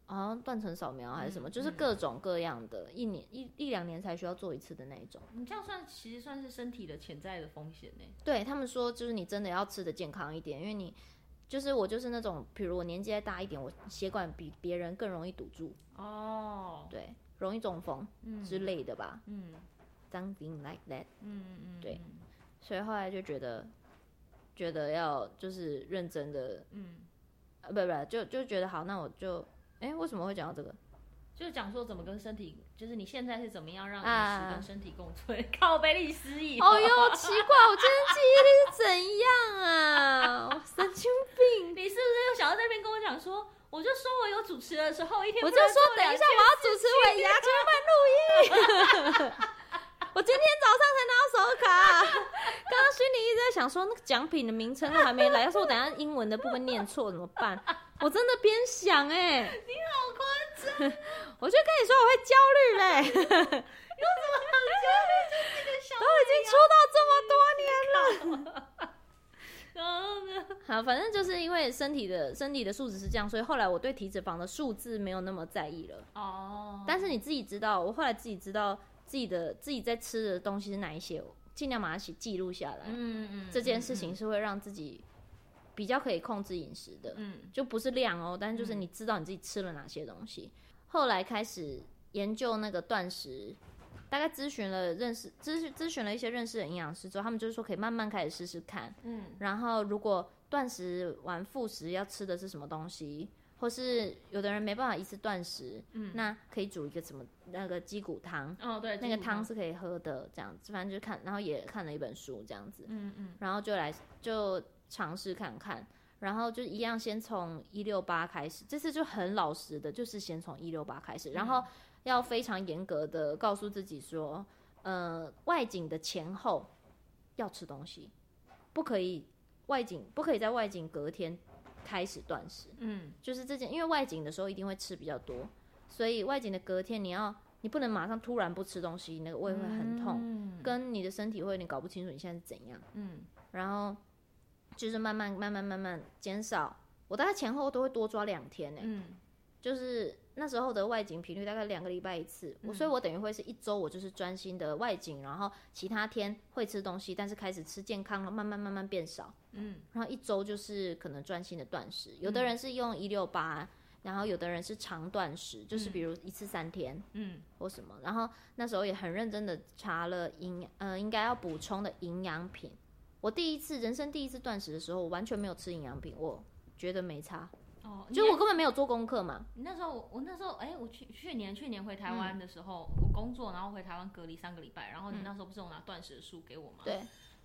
[SPEAKER 1] 好像断层扫描还是什么，
[SPEAKER 2] 嗯
[SPEAKER 1] 就是
[SPEAKER 2] 嗯
[SPEAKER 1] 各种各样的，一年一一两年才需要做一次的那一种。
[SPEAKER 2] 你这样算其实算是身体的潜在的风险呢。
[SPEAKER 1] 对他们说，就是你真的要吃的健康一点，因为你就是我就是那种，比如我年纪再大一点，我血管比别人更容易堵住，
[SPEAKER 2] 哦，
[SPEAKER 1] 对，容易中风
[SPEAKER 2] 嗯
[SPEAKER 1] 之类的吧、
[SPEAKER 2] 嗯
[SPEAKER 1] s o m e t h i n g like that。
[SPEAKER 2] 嗯嗯嗯，
[SPEAKER 1] 对，所以后来就觉得，觉得要就是认真的，
[SPEAKER 2] 嗯，
[SPEAKER 1] 呃，不不，就就觉得好，那我就，哎、为什么会讲到这个？
[SPEAKER 2] 就讲说怎么跟身体，就是你现在是怎么样让饮
[SPEAKER 1] 啊
[SPEAKER 2] 食跟身体共存， 靠背力失忆。
[SPEAKER 1] 哦哟，奇怪，我今天记忆力是怎样啊？ 我神经病！
[SPEAKER 2] 你是不是又想要在那边跟我讲说？我就说我有主持人的时候，一天
[SPEAKER 1] 我
[SPEAKER 2] 不
[SPEAKER 1] 就
[SPEAKER 2] 能
[SPEAKER 1] 说
[SPEAKER 2] 做
[SPEAKER 1] 等
[SPEAKER 2] 两
[SPEAKER 1] 一下
[SPEAKER 2] 件
[SPEAKER 1] 我要主持尾牙，全班录音。 我今天早上才拿到手卡，刚刚虚拟一直在想说那个奖品的名称都还没来，要是我等一下英文的部分念错怎么办？我真的边想哎、
[SPEAKER 2] 你好夸张，
[SPEAKER 1] 我就跟你说我会焦虑嘞、 都已经出道这么多年了。
[SPEAKER 2] 然后呢？
[SPEAKER 1] 好，反正就是因为身体的身体的数值是这样，所以后来我对体脂肪的数字没有那么在意了。
[SPEAKER 2] 哦，
[SPEAKER 1] 但是你自己知道，我后来自己知道自己的自己在吃的东西是哪一些，我尽量把它写记录下来。
[SPEAKER 2] 嗯嗯，
[SPEAKER 1] 这件事情
[SPEAKER 2] 嗯，
[SPEAKER 1] 是会让自己比较可以控制饮食的，
[SPEAKER 2] 嗯
[SPEAKER 1] 就不是量哦，但是就是
[SPEAKER 2] 嗯
[SPEAKER 1] 你知道你自己吃了哪些东西。后来开始研究那个断食，大概咨询了认识咨询咨询了一些认识的营养师之后，他们就是说可以慢慢开始试试看。
[SPEAKER 2] 嗯
[SPEAKER 1] 然后如果断食完复食要吃的是什么东西，或是有的人没办法一次断食，
[SPEAKER 2] 嗯
[SPEAKER 1] 那可以煮一个什么那个鸡骨汤，
[SPEAKER 2] 嗯，哦对，
[SPEAKER 1] 那个汤
[SPEAKER 2] 汤，
[SPEAKER 1] 是可以喝的，这样子，反正就是看，然后也看了一本书这样子，
[SPEAKER 2] 嗯嗯
[SPEAKER 1] 然后就来就尝试看看。然后就一样，先从一六八开始。这次就很老实的，就是先从一六八开始，然后要非常严格的告诉自己说，呃，外景的前后要吃东西，不可以外景，不可以在外景隔天开始断食。
[SPEAKER 2] 嗯
[SPEAKER 1] 就是这件，因为外景的时候一定会吃比较多，所以外景的隔天你要，你不能马上突然不吃东西，那个胃会很痛，
[SPEAKER 2] 嗯
[SPEAKER 1] 跟你的身体会有点搞不清楚你现在是怎样。
[SPEAKER 2] 嗯
[SPEAKER 1] 然后就是慢慢慢慢慢慢减少，我大概前后都会多抓两天呢、欸
[SPEAKER 2] 嗯
[SPEAKER 1] 就是那时候的外景频率大概两个礼拜一次，我所以我等于会是一周我就是专心的外景，然后其他天会吃东西，但是开始吃健康了，慢慢慢慢变少。
[SPEAKER 2] 嗯
[SPEAKER 1] 然后一周就是可能专心的断食，有的人是用一六八，然后有的人是长断食，就是比如一次三天
[SPEAKER 2] 嗯
[SPEAKER 1] 或什么。然后那时候也很认真的查了营，呃，应该要补充的营养品。我第一次人生第一次断食的时候，我完全没有吃营养品，我觉得没差，
[SPEAKER 2] 哦，
[SPEAKER 1] 就我根本没有做功课嘛。
[SPEAKER 2] 你那时候，我那时候，哎、我去去年去年回台
[SPEAKER 1] 嗯
[SPEAKER 2] 湾的时候，我工作，然后回台湾隔离三个礼拜，然后你那时候不是有拿断食的书给我吗？
[SPEAKER 1] 对，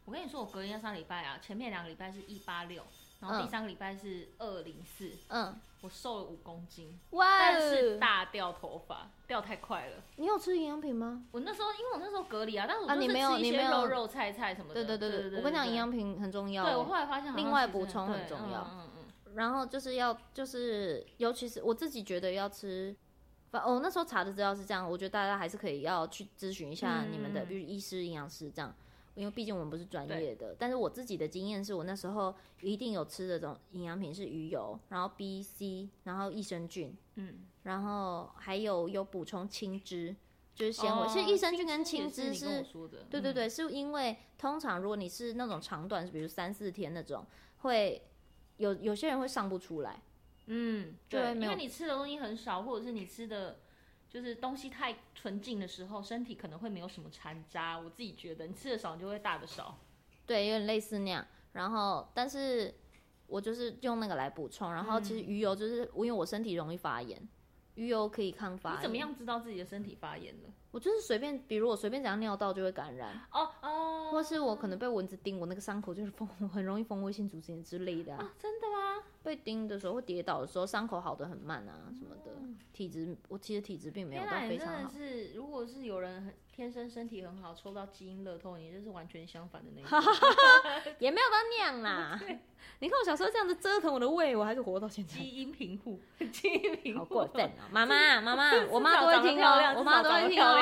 [SPEAKER 2] 我跟你说，我隔离那三个礼拜啊，前面两个礼拜是一八六，然后第
[SPEAKER 1] 嗯
[SPEAKER 2] 三个礼拜是二零四，
[SPEAKER 1] 嗯，
[SPEAKER 2] 我瘦了五公斤，
[SPEAKER 1] 哇
[SPEAKER 2] 但是
[SPEAKER 1] 哦，
[SPEAKER 2] 大掉头发，掉太快了。
[SPEAKER 1] 你有吃营养品吗？
[SPEAKER 2] 我那时候因为我那时候隔离啊，但是我
[SPEAKER 1] 啊
[SPEAKER 2] 就是
[SPEAKER 1] 你没有
[SPEAKER 2] 吃
[SPEAKER 1] 你
[SPEAKER 2] 一
[SPEAKER 1] 没
[SPEAKER 2] 些
[SPEAKER 1] 有
[SPEAKER 2] 肉肉菜菜什么的。
[SPEAKER 1] 对
[SPEAKER 2] 对
[SPEAKER 1] 对对对，我跟你讲，营。养品很重要欸。
[SPEAKER 2] 对，我后来发现好像
[SPEAKER 1] 另外
[SPEAKER 2] 其实
[SPEAKER 1] 补充很
[SPEAKER 2] 对
[SPEAKER 1] 重要
[SPEAKER 2] 嗯嗯
[SPEAKER 1] 然后就是要就是，尤其是我自己觉得要吃，反我、那时候查的资料是这样，我觉得大家还是可以要去咨询一下
[SPEAKER 2] 嗯
[SPEAKER 1] 你们的，
[SPEAKER 2] 嗯
[SPEAKER 1] 比如医师、营养师这样，因为毕竟我们不是专业的。但是我自己的经验是我那时候一定有吃的这种营养品是鱼油，然后 B、C，然后益生菌，
[SPEAKER 2] 嗯
[SPEAKER 1] 然后还有有补充青汁，就是纤维。
[SPEAKER 2] 哦
[SPEAKER 1] 其实益生菌跟青
[SPEAKER 2] 也
[SPEAKER 1] 汁
[SPEAKER 2] 你跟
[SPEAKER 1] 是
[SPEAKER 2] 我说的，
[SPEAKER 1] 对对
[SPEAKER 2] 嗯，
[SPEAKER 1] 对，是因为通常如果你是那种长短，比如三四天那种，会有有些人会上不出来。
[SPEAKER 2] 嗯，
[SPEAKER 1] 就
[SPEAKER 2] 对，
[SPEAKER 1] 会没
[SPEAKER 2] 因为
[SPEAKER 1] 有
[SPEAKER 2] 你吃的东西很少，或者是你吃的就是东西太纯净的时候，身体可能会没有什么残渣。我自己觉得，你吃的少，你就会大的少。
[SPEAKER 1] 对，有点类似那样。然后，但是我就是用那个来补充。然后，其实鱼油就是、因为我身体容易发炎，鱼油可以抗发
[SPEAKER 2] 你
[SPEAKER 1] 炎。
[SPEAKER 2] 怎么样知道自己的身体发炎了？
[SPEAKER 1] 我我就是随便，比如我随便怎样尿道就会感染，嗯
[SPEAKER 2] 哦哦，
[SPEAKER 1] 或是我可能被蚊子叮，我那个伤口就是蜂，很容易蜂窝性组织炎之类的、啊。
[SPEAKER 2] 啊，真的吗？
[SPEAKER 1] 被叮的时候或跌倒的时候，伤口好的很慢啊，什么的。体质，我其实体质并没有
[SPEAKER 2] 天
[SPEAKER 1] 到
[SPEAKER 2] 哪，你
[SPEAKER 1] 非
[SPEAKER 2] 真
[SPEAKER 1] 常
[SPEAKER 2] 的
[SPEAKER 1] 好。
[SPEAKER 2] 是，如果是有人很天生身体很好，抽到基因乐透，你就是完全相反的那一 种。
[SPEAKER 1] 也没有到那样 啦。你看我小时候这样子折腾我的胃，我还是活到现在，
[SPEAKER 2] 基因贫户，基因贫户，
[SPEAKER 1] 好过分啊！ 妈妈，妈妈，我妈
[SPEAKER 2] 至少
[SPEAKER 1] 都会
[SPEAKER 2] 哦长得
[SPEAKER 1] 听
[SPEAKER 2] 漂亮
[SPEAKER 1] 哦，我妈都会听哦。。
[SPEAKER 2] 至少长得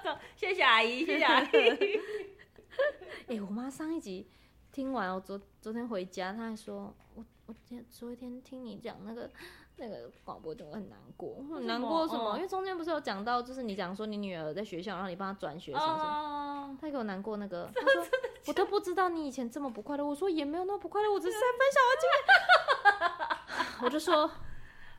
[SPEAKER 2] 漂亮 谢谢阿姨，谢谢阿姨。
[SPEAKER 1] 哎、我妈上一集听完，我昨昨天回家，她还说，我我今天昨天听你讲那个那个广播剧，我很难过，我很难过什么？
[SPEAKER 2] 嗯
[SPEAKER 1] 因为中间不是有讲到，就是你讲说你女儿在学校，然后你帮她转学什么什么。
[SPEAKER 2] 哦，
[SPEAKER 1] 她给我难过那 个，她说我都不知道你以前这么不快乐。我说也没有那么不快乐，我只是 在分享我经历。我就 说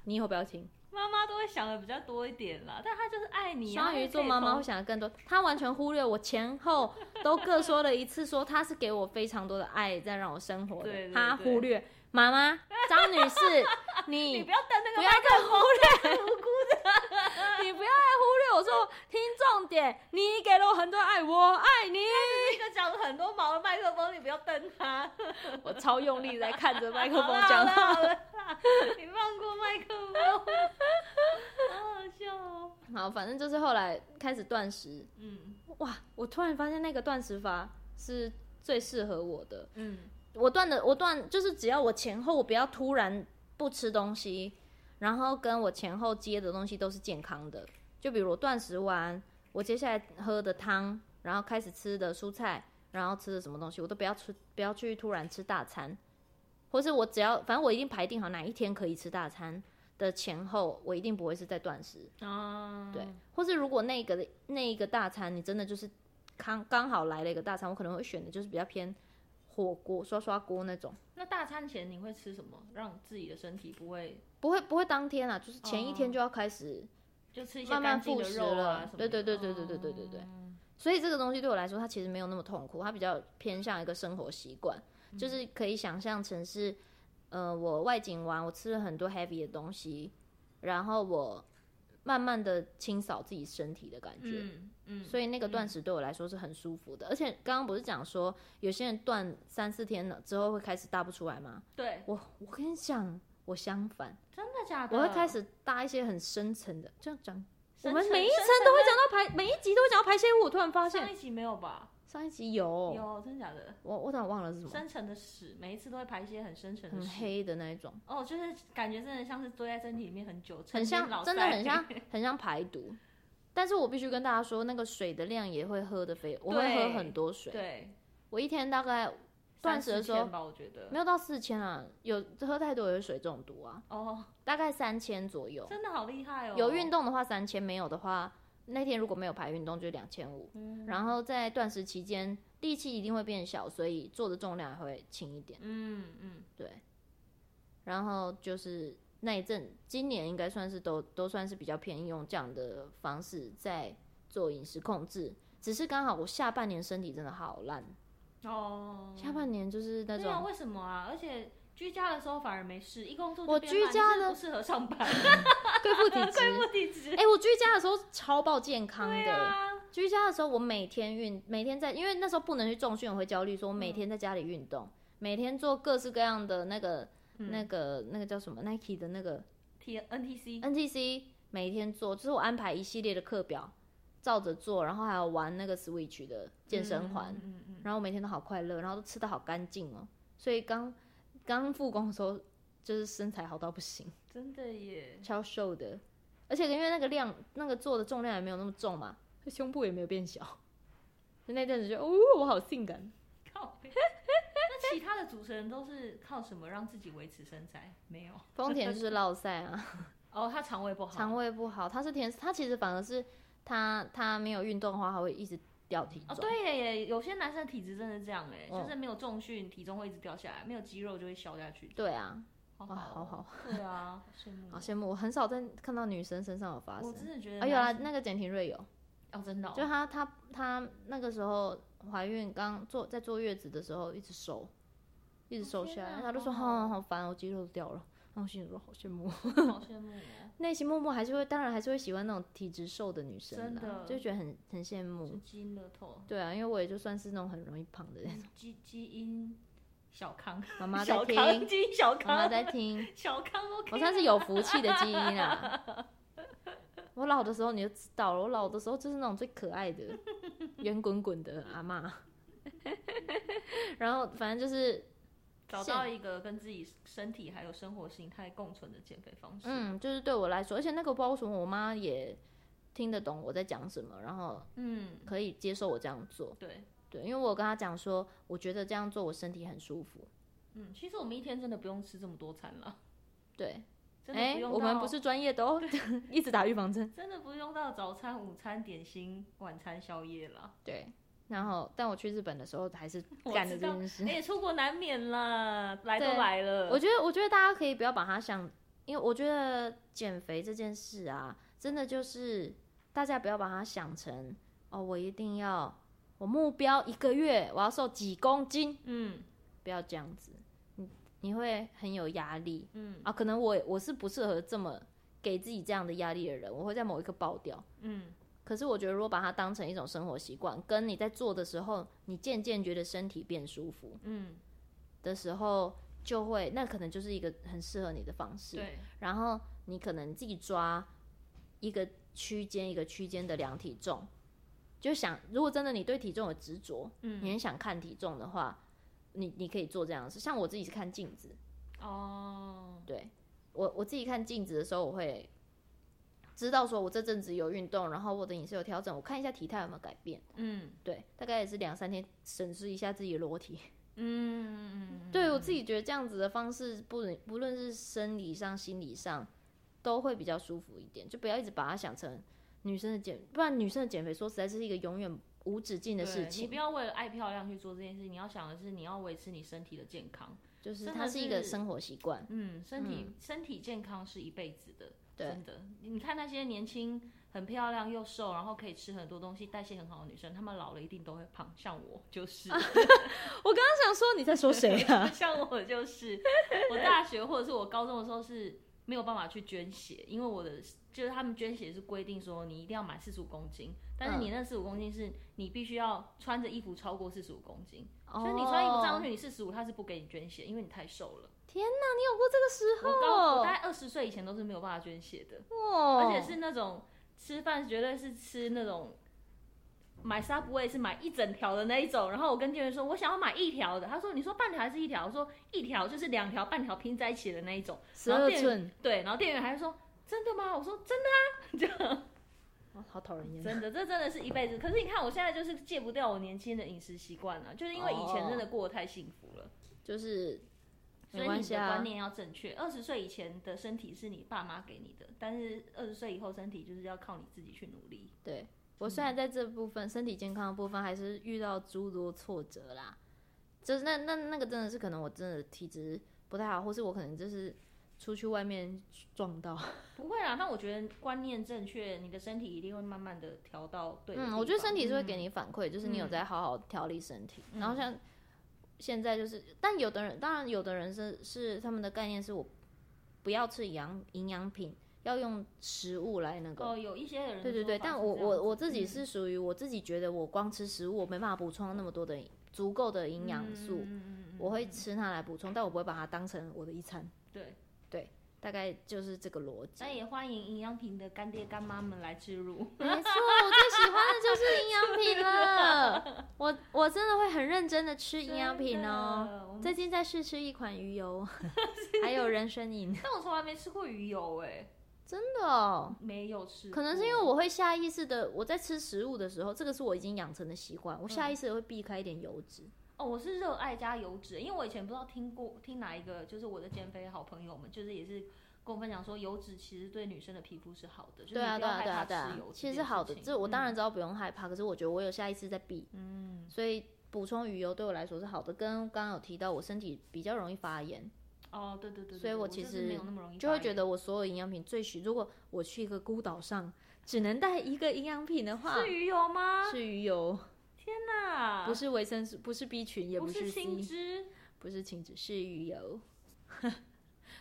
[SPEAKER 1] 你以后不要听，
[SPEAKER 2] 妈妈都会想的比较多一点啦，但她就是爱你啊。
[SPEAKER 1] 双鱼座妈妈会
[SPEAKER 2] 她
[SPEAKER 1] 想的更多，她完全忽略我前后都各说了一次，说她是给我非常多的爱在让我生活的
[SPEAKER 2] 对对，
[SPEAKER 1] 她
[SPEAKER 2] 对
[SPEAKER 1] 忽略妈妈张女 士，
[SPEAKER 2] 也可以从，
[SPEAKER 1] 你
[SPEAKER 2] 你不要瞪那
[SPEAKER 1] 不
[SPEAKER 2] 个
[SPEAKER 1] 要
[SPEAKER 2] 麦
[SPEAKER 1] 再
[SPEAKER 2] 克
[SPEAKER 1] 忽
[SPEAKER 2] 风，
[SPEAKER 1] 略， 你不要再忽略我说听重点，你给了我很多爱，我爱你，
[SPEAKER 2] 一个讲很多毛的麦克风，你不要瞪她。
[SPEAKER 1] 我超用力在看着麦克
[SPEAKER 2] 好
[SPEAKER 1] 风
[SPEAKER 2] 了
[SPEAKER 1] 讲
[SPEAKER 2] 好了
[SPEAKER 1] 话
[SPEAKER 2] 好。了啦，你放过麦克风， 好好笑哦。
[SPEAKER 1] 好，反正就是后来开始断食，
[SPEAKER 2] 嗯
[SPEAKER 1] 哇，我突然发现那个断食法是最适合我的。
[SPEAKER 2] 嗯，
[SPEAKER 1] 我断的，我断就是只要我前后不要突然不吃东西，然后跟我前后接的东西都是健康的，就比如我断食完，我接下来喝的汤，然后开始吃的蔬菜，然后吃的什么东西，我都不要吃，不要去突然吃大餐，或是我只要反正我一定排定好哪一天可以吃大餐的前后，我一定不会是在断食，
[SPEAKER 2] 哦，
[SPEAKER 1] 对，或是如果那个那一个大餐你真的就是刚刚好来了一个大餐，我可能会选的就是比较偏火锅、刷刷锅那种，
[SPEAKER 2] 那大餐前你会吃什么，让自己的身体不会
[SPEAKER 1] 不会不会当天啊，就是前一天
[SPEAKER 2] 哦
[SPEAKER 1] 就要开始。
[SPEAKER 2] 就吃一些
[SPEAKER 1] 慢慢
[SPEAKER 2] 干净的
[SPEAKER 1] 复食
[SPEAKER 2] 肉啊
[SPEAKER 1] 了
[SPEAKER 2] 什么
[SPEAKER 1] 对
[SPEAKER 2] 的？
[SPEAKER 1] 对对对对对对对对
[SPEAKER 2] 嗯
[SPEAKER 1] 所以这个东西对我来说，它其实没有那么痛苦，它比较偏向一个生活习惯，
[SPEAKER 2] 嗯
[SPEAKER 1] 就是可以想象成是，呃，我外景完，我吃了很多 heavy 的东西，然后我慢慢的清扫自己身体的感觉。
[SPEAKER 2] 嗯嗯，
[SPEAKER 1] 所以那个断
[SPEAKER 2] 嗯
[SPEAKER 1] 食对我来说是很舒服的，而且刚刚不是讲说有些人断三四天了之后会开始大不出来吗？
[SPEAKER 2] 对，
[SPEAKER 1] 我我跟你讲，我相反，
[SPEAKER 2] 嗯真的假的？
[SPEAKER 1] 我会开始搭一些很深层的，这样讲，我
[SPEAKER 2] 深
[SPEAKER 1] 们
[SPEAKER 2] 层
[SPEAKER 1] 每一层
[SPEAKER 2] 深层
[SPEAKER 1] 都会讲到排，每一集都会讲到排泄物。我突然发现
[SPEAKER 2] 上一集没有吧？
[SPEAKER 1] 上一集有，
[SPEAKER 2] 有，真的假的？
[SPEAKER 1] 我我突然忘了是什么，
[SPEAKER 2] 深层的屎，每一次都会排一些很深层的
[SPEAKER 1] 很
[SPEAKER 2] 屎。
[SPEAKER 1] 黑的那一种，
[SPEAKER 2] 哦，就是感觉真的像是堆在身体里面很久，
[SPEAKER 1] 很
[SPEAKER 2] 成年老
[SPEAKER 1] 像，真的
[SPEAKER 2] 塞
[SPEAKER 1] 很 像很 像排毒。但是我必须跟大家说，那个水的量也会喝的非，我会喝
[SPEAKER 2] 对
[SPEAKER 1] 很多水，
[SPEAKER 2] 对，
[SPEAKER 1] 我一天大概断
[SPEAKER 2] 三
[SPEAKER 1] 食的
[SPEAKER 2] 四
[SPEAKER 1] 时候
[SPEAKER 2] 天吧，我觉得
[SPEAKER 1] 没有到四千啊，有喝太多也会水中毒啊，
[SPEAKER 2] 哦，
[SPEAKER 1] 大概三千左右。
[SPEAKER 2] 真的好厉害哦。
[SPEAKER 1] 有运动的话三千，没有的话那天如果没有排运动就两千五。
[SPEAKER 2] 嗯，
[SPEAKER 1] 然后在断食期间，力气一定会变小，所以做的重量也会轻一点。
[SPEAKER 2] 嗯嗯，
[SPEAKER 1] 对，然后就是那一阵，今年应该算是都都算是比较偏用这样的方式在做饮食控制，只是刚好我下半年身体真的好烂，
[SPEAKER 2] 哦，
[SPEAKER 1] 下半年就是那
[SPEAKER 2] 对啊，
[SPEAKER 1] 种。
[SPEAKER 2] 为什么啊？而且居家的时候反而没事，一工作就
[SPEAKER 1] 我
[SPEAKER 2] 变
[SPEAKER 1] 居
[SPEAKER 2] 慢
[SPEAKER 1] 家
[SPEAKER 2] 你是不是
[SPEAKER 1] 的
[SPEAKER 2] 不适合 上班，
[SPEAKER 1] 贵妇 体质，
[SPEAKER 2] 不体质。
[SPEAKER 1] 哎、我居家的时候超爆健康的、
[SPEAKER 2] 对啊，
[SPEAKER 1] 居家的时候，我每天运，每天在，因为那时候不能去重训，我会焦虑，说我
[SPEAKER 2] 嗯
[SPEAKER 1] 每天在家里运动，每天做各式各样的那个、
[SPEAKER 2] 嗯
[SPEAKER 1] 那个、那个叫什么 Nike 的那个
[SPEAKER 2] T NTC
[SPEAKER 1] NTC，每天做，就是我安排一系列的课表，照着做，然后还有玩那个 Switch 的健身环，
[SPEAKER 2] 嗯嗯嗯嗯
[SPEAKER 1] 然后我每天都好快乐，然后都吃的好干净哦，所以刚刚复工的时候，就是身材好到不行。
[SPEAKER 2] 嗯，真的耶，
[SPEAKER 1] 超瘦的，而且因为那个量，那个做的重量也没有那么重嘛，胸部也没有变小。就那阵子就，哦，我好性感。
[SPEAKER 2] 靠北！那其他的主持人都是靠什么让自己维持身材？没有
[SPEAKER 1] 丰田就是落塞啊，
[SPEAKER 2] 哦，他肠胃不好，
[SPEAKER 1] 肠胃不好，他是甜，他其实反而是他他没有运动的话，他会一直掉体重。
[SPEAKER 2] 哦，对耶耶，有些男生的体质真的是这样哎，
[SPEAKER 1] 嗯
[SPEAKER 2] 就是没有重训，体重会一直掉下来，没有肌肉就会消下去。
[SPEAKER 1] 对啊，
[SPEAKER 2] 好
[SPEAKER 1] 哇好好
[SPEAKER 2] 好， 对啊，好羡慕
[SPEAKER 1] 好。羡慕，我很少在看到女生身上有发
[SPEAKER 2] 我
[SPEAKER 1] 生。
[SPEAKER 2] 真的觉得
[SPEAKER 1] 啊，有啊，
[SPEAKER 2] 男生
[SPEAKER 1] 那个简廷瑞有，
[SPEAKER 2] 哦，真的哦，
[SPEAKER 1] 就她她她那个时候怀孕刚坐在坐月子的时候一直瘦，一直
[SPEAKER 2] 哦
[SPEAKER 1] 瘦
[SPEAKER 2] 天
[SPEAKER 1] 下来，
[SPEAKER 2] 哪
[SPEAKER 1] 她就说
[SPEAKER 2] 好好哦
[SPEAKER 1] 好好烦，我肌肉都掉了。然后我心里说好羡慕，
[SPEAKER 2] 好羡慕哦，
[SPEAKER 1] 内心默默还是会，当然还是会喜欢那种体质瘦的女生
[SPEAKER 2] 真
[SPEAKER 1] 啦，
[SPEAKER 2] 的
[SPEAKER 1] 就觉得很很羡
[SPEAKER 2] 是
[SPEAKER 1] 慕。
[SPEAKER 2] 基因乐透，
[SPEAKER 1] 对啊，因为我也就算是那种很容易胖的人。
[SPEAKER 2] 基基因小康，
[SPEAKER 1] 嗯妈 妈在
[SPEAKER 2] 小
[SPEAKER 1] 听，
[SPEAKER 2] 康
[SPEAKER 1] 妈
[SPEAKER 2] 基因小
[SPEAKER 1] 妈
[SPEAKER 2] 康，
[SPEAKER 1] 在听，
[SPEAKER 2] 小康 OK，啊
[SPEAKER 1] 我算是有福气的基因啦。我老的时候你就知道了，我老的时候就是那种最可爱的、圆滚滚的阿嬷。然后反正就是，
[SPEAKER 2] 找到一个跟自己身体还有生活形态共存的减肥方式。
[SPEAKER 1] 嗯，就是对我来说，而且那个不知道为什么我妈也听得懂我在讲什么，然后
[SPEAKER 2] 嗯，
[SPEAKER 1] 可以接受我这样做。
[SPEAKER 2] 对，
[SPEAKER 1] 对，因为我有跟她讲说，我觉得这样做我身体很舒服。
[SPEAKER 2] 嗯，其实我们一天真的不用吃这么多餐了，
[SPEAKER 1] 对，
[SPEAKER 2] 真的
[SPEAKER 1] 哎、
[SPEAKER 2] 不用到
[SPEAKER 1] 我们不是专业的 哦，一直打预防针。
[SPEAKER 2] 真的不用到早餐、午餐、点心、晚餐、宵夜了，
[SPEAKER 1] 对，然后但我去日本的时候还是
[SPEAKER 2] 我
[SPEAKER 1] 干
[SPEAKER 2] 知
[SPEAKER 1] 了这
[SPEAKER 2] 道
[SPEAKER 1] 件
[SPEAKER 2] 哎、
[SPEAKER 1] 事。
[SPEAKER 2] 出国难免啦，来都
[SPEAKER 1] 对
[SPEAKER 2] 来了，
[SPEAKER 1] 我觉得，我觉得大家可以不要把它想，哦因为我觉得减肥这件事啊，真的就是大家不要把它想成哦，我一定要我目标一个月我要瘦几公斤，
[SPEAKER 2] 嗯
[SPEAKER 1] 不要这样子，你你会很有压力
[SPEAKER 2] 嗯
[SPEAKER 1] 啊。可能我我是不适合这么给自己这样的压力的人，我会在某一个爆掉。
[SPEAKER 2] 嗯，
[SPEAKER 1] 可是我觉得，如果把它当成一种生活习惯，跟你在做的时候，你渐渐觉得身体变舒服
[SPEAKER 2] 嗯，
[SPEAKER 1] 的时候，就会那可能就是一个很适合你的方式。
[SPEAKER 2] 对，
[SPEAKER 1] 然后你可能自己抓一个区间一个区间的量体重，就想如果真的你对体重有执着，你
[SPEAKER 2] 嗯，
[SPEAKER 1] 很想看体重的话，你你可以做这样的事。像我自己是看镜子，
[SPEAKER 2] 哦，
[SPEAKER 1] 对我我自己看镜子的时候，我会知道说我这阵子有运动，然后我的饮食有调整，我看一下体态有没有改变。
[SPEAKER 2] 嗯
[SPEAKER 1] 对，大概也是两三天审视一下自己的裸体。
[SPEAKER 2] 嗯嗯嗯，
[SPEAKER 1] 对我
[SPEAKER 2] 嗯
[SPEAKER 1] 自己觉得这样子的方式，不论不论是生理上、心理上，都会比较舒服一点。就不要一直把它想成女生的减，不然女生的减肥说实在是一个永远无止境的
[SPEAKER 2] 对
[SPEAKER 1] 事
[SPEAKER 2] 你
[SPEAKER 1] 情
[SPEAKER 2] 不。要为了爱漂亮去做这件事，你要想的是你要维持你身体的健康。
[SPEAKER 1] 就是
[SPEAKER 2] 真
[SPEAKER 1] 它
[SPEAKER 2] 的
[SPEAKER 1] 是一个
[SPEAKER 2] 是
[SPEAKER 1] 生活习惯。
[SPEAKER 2] 嗯，身体、身体健康是一辈子的，
[SPEAKER 1] 对
[SPEAKER 2] 真的。你看那些年轻、很漂亮又瘦，然后可以吃很多东西、代谢很好的女生，她们老了一定都会胖，像我就是，
[SPEAKER 1] 我刚刚想说你在说谁 啊？
[SPEAKER 2] 像我就是。 我大学或者是我高中的时候是没有办法去捐血，因为我的就是他们捐血是规定说你一定要满四十五公斤，但是
[SPEAKER 1] 嗯
[SPEAKER 2] 你那四十五公斤是你必须要穿着衣服超过四十五公斤，所
[SPEAKER 1] 所
[SPEAKER 2] 以你穿衣服站上
[SPEAKER 1] 去，
[SPEAKER 2] 去你四十五，他是不给你捐血，因为你太瘦了。
[SPEAKER 1] 你有过这个时
[SPEAKER 2] 我高我
[SPEAKER 1] 候
[SPEAKER 2] 大概二十岁以前都是没有办法捐血的。
[SPEAKER 1] 哦，
[SPEAKER 2] 而且是那种吃饭绝对是吃那种买 Subway 是买一整条的那一种。然后我跟店员说，我想要买一条的，他说你说半条还是一条？我说一条就是两条半条拼在一起的那一种。
[SPEAKER 1] 十
[SPEAKER 2] 然后
[SPEAKER 1] 二
[SPEAKER 2] 店
[SPEAKER 1] 寸，
[SPEAKER 2] 对，然后店员还说真的吗？我说真
[SPEAKER 1] 哦好讨人厌。
[SPEAKER 2] 真的，这真的是一辈子。可是你看我现在就是戒不掉我年轻的饮食习惯了，就是因为以前真的过得太幸福了。
[SPEAKER 1] 就是哦
[SPEAKER 2] 所
[SPEAKER 1] 没
[SPEAKER 2] 以
[SPEAKER 1] 关
[SPEAKER 2] 你
[SPEAKER 1] 系
[SPEAKER 2] 的
[SPEAKER 1] 啊
[SPEAKER 2] 观念要正确。二十岁以前的身体是你爸妈给你的，但是二十岁以后身体就是要靠你自己去努力。
[SPEAKER 1] 对我虽然在这部分身体健康的部分还是遇到诸多挫折啦，就是那那那个真的是可能我真的体质不太好，或是我可能就是出去外面撞到。
[SPEAKER 2] 不会啊啦，但我觉得观念正确，你的身体一定会慢慢的调到对的地
[SPEAKER 1] 嗯，
[SPEAKER 2] 方。
[SPEAKER 1] 我觉得身体是会给你反馈，就是你有
[SPEAKER 2] 嗯
[SPEAKER 1] 在好好调理身体。
[SPEAKER 2] 嗯
[SPEAKER 1] 然后像现在就是，但有的人当然有的人是是他们的概念是我不要吃营养营养品，要用食物来那个。
[SPEAKER 2] 哦，有一些人的
[SPEAKER 1] 对对
[SPEAKER 2] 说
[SPEAKER 1] 对，
[SPEAKER 2] 法
[SPEAKER 1] 但
[SPEAKER 2] 是
[SPEAKER 1] 我
[SPEAKER 2] 这样
[SPEAKER 1] 我我
[SPEAKER 2] 子
[SPEAKER 1] 自己
[SPEAKER 2] 嗯
[SPEAKER 1] 是属于我自己觉得我光吃食物，我没办法补充那么多的足够的营养素，
[SPEAKER 2] 嗯嗯嗯嗯
[SPEAKER 1] 我会
[SPEAKER 2] 嗯
[SPEAKER 1] 吃它来补充，但我不会把它当成我的一餐。
[SPEAKER 2] 对。
[SPEAKER 1] 大概就是这个逻辑
[SPEAKER 2] 那。也欢迎营养品的干爹干妈们来置入。
[SPEAKER 1] 没错，我最喜欢的就是营养品 了。我我真的会很认真的吃营养品哦。
[SPEAKER 2] 真的，我们
[SPEAKER 1] 最近在试吃一款鱼 油，还有人参饮，
[SPEAKER 2] 但我从来没吃过鱼油哎、
[SPEAKER 1] 真的哦。
[SPEAKER 2] 没有吃过。
[SPEAKER 1] 可能是因为我会下意识的，我在吃食物的时候，这个是我已经养成的习惯，我
[SPEAKER 2] 嗯
[SPEAKER 1] 下意识的会避开一点油脂。
[SPEAKER 2] 哦，我是热爱加油脂，因为我以前不知道听过听哪一个，就是我的减肥好朋友们，就是也是跟我分享说，油脂其实对女生的皮肤是好的，就是
[SPEAKER 1] 对啊，
[SPEAKER 2] 你
[SPEAKER 1] 对
[SPEAKER 2] 不要
[SPEAKER 1] 啊，对啊，
[SPEAKER 2] 害
[SPEAKER 1] 对
[SPEAKER 2] 怕吃
[SPEAKER 1] 啊
[SPEAKER 2] 油，脂
[SPEAKER 1] 其实
[SPEAKER 2] 件
[SPEAKER 1] 是好的。
[SPEAKER 2] 事情
[SPEAKER 1] 这我当然知道不用害怕，可是我觉得我有下意识在避，
[SPEAKER 2] 嗯。嗯
[SPEAKER 1] 所以补充鱼油对我来说是好的。跟刚刚有提到，我身体比较容易发炎，
[SPEAKER 2] 哦，对对对对，
[SPEAKER 1] 所以
[SPEAKER 2] 对
[SPEAKER 1] 我
[SPEAKER 2] 我
[SPEAKER 1] 其
[SPEAKER 2] 就是
[SPEAKER 1] 实
[SPEAKER 2] 没有那么容易
[SPEAKER 1] 就会
[SPEAKER 2] 发
[SPEAKER 1] 觉
[SPEAKER 2] 炎
[SPEAKER 1] 得我所有营养品最需。如果我去一个孤岛上，只能带一个营养品的话，
[SPEAKER 2] 是鱼油吗？
[SPEAKER 1] 是鱼油，
[SPEAKER 2] 天哪，
[SPEAKER 1] 啊不是维生素，不是 B 群，也
[SPEAKER 2] 不
[SPEAKER 1] 是
[SPEAKER 2] 青
[SPEAKER 1] C，
[SPEAKER 2] 汁，
[SPEAKER 1] 不是青脂，是鱼油。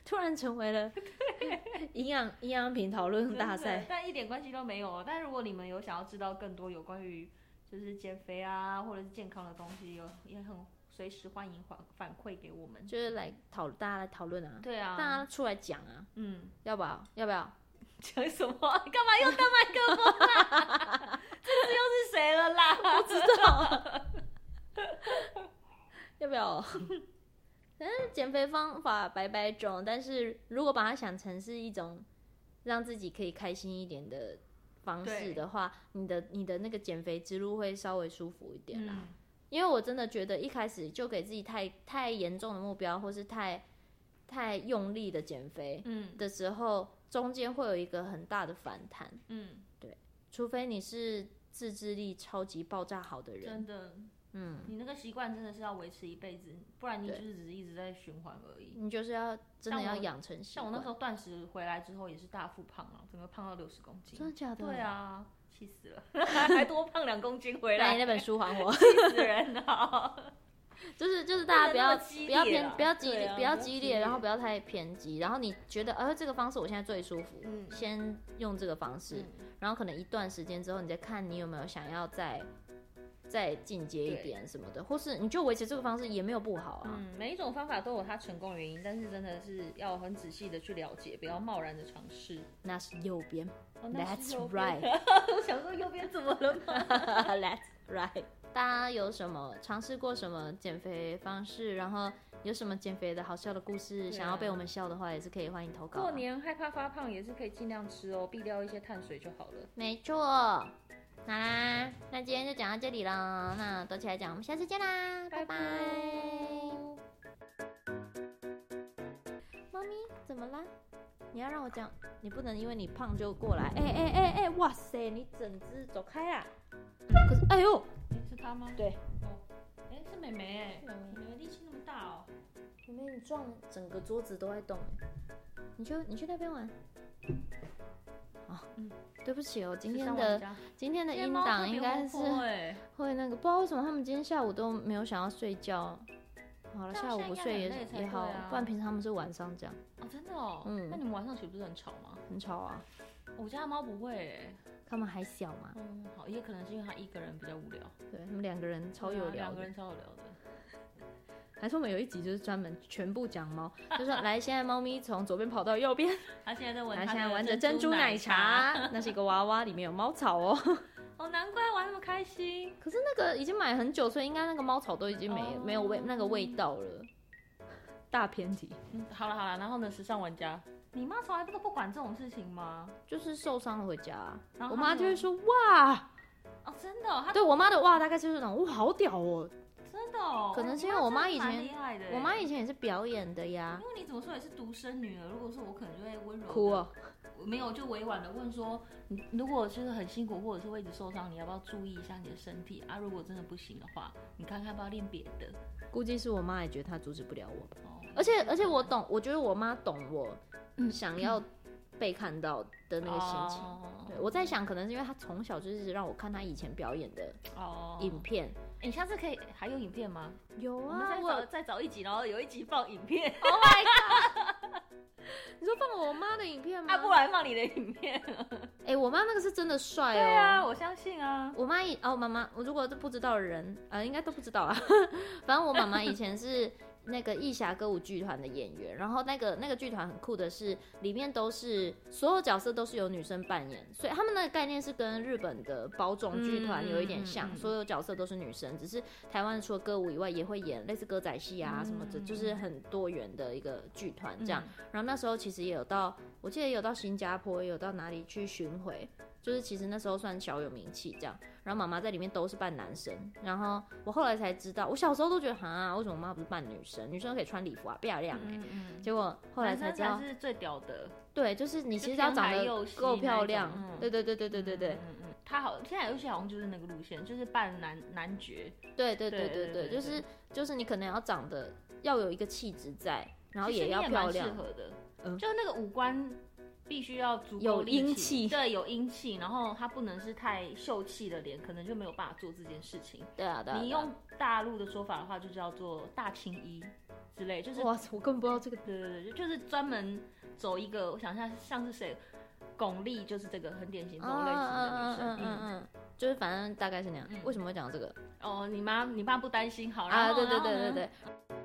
[SPEAKER 1] 突然成为了营养营养品讨论大
[SPEAKER 2] 真的
[SPEAKER 1] 赛。
[SPEAKER 2] 但一点关系都没有哦。但如果你们有想要知道更多有关于就是减肥啊，或者是健康的东西，有也很随时欢迎反反馈给我们。
[SPEAKER 1] 就是来讨大家来讨论啊，
[SPEAKER 2] 对啊，
[SPEAKER 1] 大家出来讲啊，
[SPEAKER 2] 嗯，
[SPEAKER 1] 要不要？要不要？
[SPEAKER 2] 讲什么？ 干嘛又当麦克风啦？ 这次又是谁了啦？
[SPEAKER 1] 不知道，要不要？ 反正减肥方法百百种，但是如果把它想成是一种让自己可以开心一点的方式
[SPEAKER 2] 对
[SPEAKER 1] 的话，你的你的那个减肥之路会稍微舒服一点啦。
[SPEAKER 2] 嗯
[SPEAKER 1] 因为我真的觉得一开始就给自己太太严重的目标，或是太太用力的减肥
[SPEAKER 2] 嗯
[SPEAKER 1] 的时候，中间会有一个很大的反弹，
[SPEAKER 2] 嗯，
[SPEAKER 1] 除非你是自制力超级爆炸好的人，
[SPEAKER 2] 真的，
[SPEAKER 1] 嗯，
[SPEAKER 2] 你那个习惯真的是要维持一辈子，不然你就是只是一直在循环而已。
[SPEAKER 1] 你就是要真的
[SPEAKER 2] 像
[SPEAKER 1] 要
[SPEAKER 2] 我
[SPEAKER 1] 养成习
[SPEAKER 2] 像
[SPEAKER 1] 惯。
[SPEAKER 2] 我那时候断食回来之后也是大腹胖啊，整个胖到六十公斤。
[SPEAKER 1] 真的假的？
[SPEAKER 2] 对，啊，气死了，还多胖两公斤回
[SPEAKER 1] 把你
[SPEAKER 2] 来，
[SPEAKER 1] 那本书还我。
[SPEAKER 2] 气死人了。
[SPEAKER 1] 就是就是大家不要
[SPEAKER 2] 不能那么激
[SPEAKER 1] 不
[SPEAKER 2] 烈
[SPEAKER 1] 要
[SPEAKER 2] 啦
[SPEAKER 1] 偏不要激
[SPEAKER 2] 对
[SPEAKER 1] 烈
[SPEAKER 2] 啊
[SPEAKER 1] 不要
[SPEAKER 2] 不要
[SPEAKER 1] 激
[SPEAKER 2] 激
[SPEAKER 1] 烈，
[SPEAKER 2] 烈
[SPEAKER 1] 然后不要太偏激，然后你觉得呃这个方式我现在最舒服，
[SPEAKER 2] 嗯
[SPEAKER 1] 先用这个方式，
[SPEAKER 2] 嗯
[SPEAKER 1] 然后可能一段时间之后，你再看你有没有想要再再进阶一
[SPEAKER 2] 对
[SPEAKER 1] 点什么的，或是你就维持这个方式也没有不好啊。
[SPEAKER 2] 嗯，每一种方法都有它成功的原因，但是真的是要很仔细的去了解，不要贸然的尝试。
[SPEAKER 1] 那是右 边
[SPEAKER 2] 哦那
[SPEAKER 1] ，That's
[SPEAKER 2] 是右边
[SPEAKER 1] right，That's
[SPEAKER 2] 我想说右边怎么了 吗？
[SPEAKER 1] right。大家有什么尝试过什么减肥方式，然后有什么减肥的好笑的故事，
[SPEAKER 2] 啊
[SPEAKER 1] 想要被我们笑的话，也是可以欢迎投稿啊。
[SPEAKER 2] 过年害怕发胖也是可以尽量吃哦，避掉一些碳水就好了。
[SPEAKER 1] 没错，好啦，那今天就讲到这里了。那躲起来讲，我们下次见啦，拜
[SPEAKER 2] 拜
[SPEAKER 1] 拜
[SPEAKER 2] 拜。
[SPEAKER 1] 猫咪怎么啦？你要让我讲，你不能因为你胖就过来。哎哎哎哎，哇塞，你整只走开啦！可是，哎呦，
[SPEAKER 2] 诶是他吗？
[SPEAKER 1] 对。
[SPEAKER 2] 哦，哎、是妹妹哎、
[SPEAKER 1] 妹妹
[SPEAKER 2] 你们力气那么大哦。
[SPEAKER 1] 妹妹你撞整个桌子都在动。你去你去那边玩。哦，
[SPEAKER 2] 嗯
[SPEAKER 1] 对不起哦，今
[SPEAKER 2] 是
[SPEAKER 1] 天
[SPEAKER 2] 像
[SPEAKER 1] 的
[SPEAKER 2] 玩家
[SPEAKER 1] 今天的
[SPEAKER 2] 今天
[SPEAKER 1] 音
[SPEAKER 2] 猫
[SPEAKER 1] 档
[SPEAKER 2] 特别
[SPEAKER 1] 应该
[SPEAKER 2] 活
[SPEAKER 1] 是
[SPEAKER 2] 泼哎
[SPEAKER 1] 会那个，不知道为什么他们今天下午都没有想要睡觉。好了，
[SPEAKER 2] 这样
[SPEAKER 1] 下午不睡也
[SPEAKER 2] 现在应该很累才
[SPEAKER 1] 也好
[SPEAKER 2] 对，啊
[SPEAKER 1] 不然平常他们是晚上这样，
[SPEAKER 2] 哦，真的哦。
[SPEAKER 1] 嗯
[SPEAKER 2] 那你们晚上起不是很吵吗？
[SPEAKER 1] 很吵啊。
[SPEAKER 2] 我家的猫不会哎、
[SPEAKER 1] 他们还小嘛，
[SPEAKER 2] 嗯，好，也可能是因为它一个人比较无聊，
[SPEAKER 1] 对他们两个人超有
[SPEAKER 2] 对
[SPEAKER 1] 聊
[SPEAKER 2] 啊两
[SPEAKER 1] 的
[SPEAKER 2] 个。人超有聊的。
[SPEAKER 1] 还是我们有一集就是专门全部讲猫，就是说来，现在猫咪从左边跑到右边，
[SPEAKER 2] 它现在在闻
[SPEAKER 1] 来，
[SPEAKER 2] 它
[SPEAKER 1] 现在
[SPEAKER 2] 的
[SPEAKER 1] 玩着珍
[SPEAKER 2] 珍
[SPEAKER 1] 珠奶
[SPEAKER 2] 奶，
[SPEAKER 1] 茶，那是一个娃娃，里面有猫草哦。
[SPEAKER 2] 哦，难怪玩那么开心。
[SPEAKER 1] 可是那个已经买很久，所以应该那个猫草都已经没
[SPEAKER 2] 哦
[SPEAKER 1] 没有味那个味道了。大偏题，
[SPEAKER 2] 嗯，好了好了，然后呢，时尚玩家，你妈从来都不管这种事情吗？
[SPEAKER 1] 就是受伤了回家啊，
[SPEAKER 2] 然后
[SPEAKER 1] 我
[SPEAKER 2] 他
[SPEAKER 1] 妈
[SPEAKER 2] 们
[SPEAKER 1] 就会说哇。
[SPEAKER 2] 哦，真的哦、她
[SPEAKER 1] 对我妈的哇，大概就是那种哇，好屌哦！
[SPEAKER 2] 真的哦、
[SPEAKER 1] 可能
[SPEAKER 2] 哦
[SPEAKER 1] 是因为我妈
[SPEAKER 2] 你
[SPEAKER 1] 以
[SPEAKER 2] 真的
[SPEAKER 1] 前
[SPEAKER 2] 蛮厉害的欸，
[SPEAKER 1] 我妈以前也是表演的呀
[SPEAKER 2] 因，为你怎么说也是独生女儿，如果是我，可能就会温柔地
[SPEAKER 1] 哭哦，
[SPEAKER 2] 我没有就委婉的问说，你如果就是很辛苦或者是会一直受伤，你要不要注意一下你的身体啊？如果真的不行的话，你看看要不要练别的。
[SPEAKER 1] 估计是我妈也觉得她阻止不了我吧。
[SPEAKER 2] 哦，
[SPEAKER 1] 而且而且我懂，我觉得我妈懂我想要被看到的那个心情。
[SPEAKER 2] 哦
[SPEAKER 1] 对，我在想，可能是因为她从小就是一直让我看她以前表演的
[SPEAKER 2] 哦，
[SPEAKER 1] 影片，
[SPEAKER 2] 你下次可以还有影片吗？
[SPEAKER 1] 有
[SPEAKER 2] 我们
[SPEAKER 1] 啊，
[SPEAKER 2] 再
[SPEAKER 1] 我
[SPEAKER 2] 找再找一集，然后有一集放影片，
[SPEAKER 1] 哦你说放我妈的影片吗？
[SPEAKER 2] 啊，不然放你的影片。
[SPEAKER 1] 哎、我妈那个是真的帅哦。
[SPEAKER 2] 对啊，我相信啊。
[SPEAKER 1] 我妈以哦，妈妈，我如果都不知道的人，呃，应该都不知道啊。 反正我妈妈以前是那个义侠歌舞剧团的演员，然后那个那个剧团很酷的是，里面都是所有角色都是由女生扮演，所以他们那个概念是跟日本的包种剧团有一点像，
[SPEAKER 2] 嗯嗯嗯嗯
[SPEAKER 1] 所有角色都是女生，只是台湾除了歌舞以外，也会演类似歌仔戏啊什么的，
[SPEAKER 2] 嗯嗯嗯
[SPEAKER 1] 就是很多元的一个剧团这样。
[SPEAKER 2] 嗯
[SPEAKER 1] 然后那时候其实也有到，我记得也有到新加坡，也有到哪里去巡回，就是其实那时候算小有名气这样。然后妈妈在里面都是扮男生，然后我后来才知道，我小时候都觉得啊，为什么我妈不是扮女生？女生可以穿礼服啊，漂亮、欸。
[SPEAKER 2] 嗯嗯，
[SPEAKER 1] 结果后来才
[SPEAKER 2] 男
[SPEAKER 1] 知
[SPEAKER 2] 生
[SPEAKER 1] 道
[SPEAKER 2] 才，是最屌的。
[SPEAKER 1] 对，就是你其实
[SPEAKER 2] 就
[SPEAKER 1] 要
[SPEAKER 2] 偏
[SPEAKER 1] 长
[SPEAKER 2] 白
[SPEAKER 1] 得
[SPEAKER 2] 幼系
[SPEAKER 1] 够
[SPEAKER 2] 那一
[SPEAKER 1] 漂
[SPEAKER 2] 种
[SPEAKER 1] 亮，
[SPEAKER 2] 嗯
[SPEAKER 1] 对对对对对对对
[SPEAKER 2] 嗯嗯嗯，他好，现在游戏好像就是那个路线，就是扮男男爵，
[SPEAKER 1] 对对对
[SPEAKER 2] 对
[SPEAKER 1] 对
[SPEAKER 2] 对
[SPEAKER 1] 对，
[SPEAKER 2] 对
[SPEAKER 1] 就是就是你可能要长得要有一个气质在，然后
[SPEAKER 2] 其实
[SPEAKER 1] 哦也
[SPEAKER 2] 你
[SPEAKER 1] 要
[SPEAKER 2] 也
[SPEAKER 1] 漂
[SPEAKER 2] 蛮适
[SPEAKER 1] 亮，
[SPEAKER 2] 合的，
[SPEAKER 1] 嗯
[SPEAKER 2] 就那个五官必须要足够
[SPEAKER 1] 有
[SPEAKER 2] 力
[SPEAKER 1] 阴
[SPEAKER 2] 气，
[SPEAKER 1] 气
[SPEAKER 2] 对，有阴气，然后它不能是太秀气的脸，可能就没有办法做这件事情。
[SPEAKER 1] 对啊，对啊。
[SPEAKER 2] 你
[SPEAKER 1] 对啊
[SPEAKER 2] 用大陆的说法的话，就叫做大青衣之类，就是
[SPEAKER 1] 哇，我根本不知道这个。
[SPEAKER 2] 对对对，就是专门走一个，我想一下像是谁，巩俐就是这个很典型这种类型的女生。嗯
[SPEAKER 1] 嗯，就是反正大概是那样。
[SPEAKER 2] 嗯
[SPEAKER 1] 为什么会讲到这个
[SPEAKER 2] 哦，你妈你爸不担心好，然
[SPEAKER 1] 啊？
[SPEAKER 2] 后
[SPEAKER 1] 对对
[SPEAKER 2] 然后
[SPEAKER 1] 对对
[SPEAKER 2] 呢
[SPEAKER 1] 对。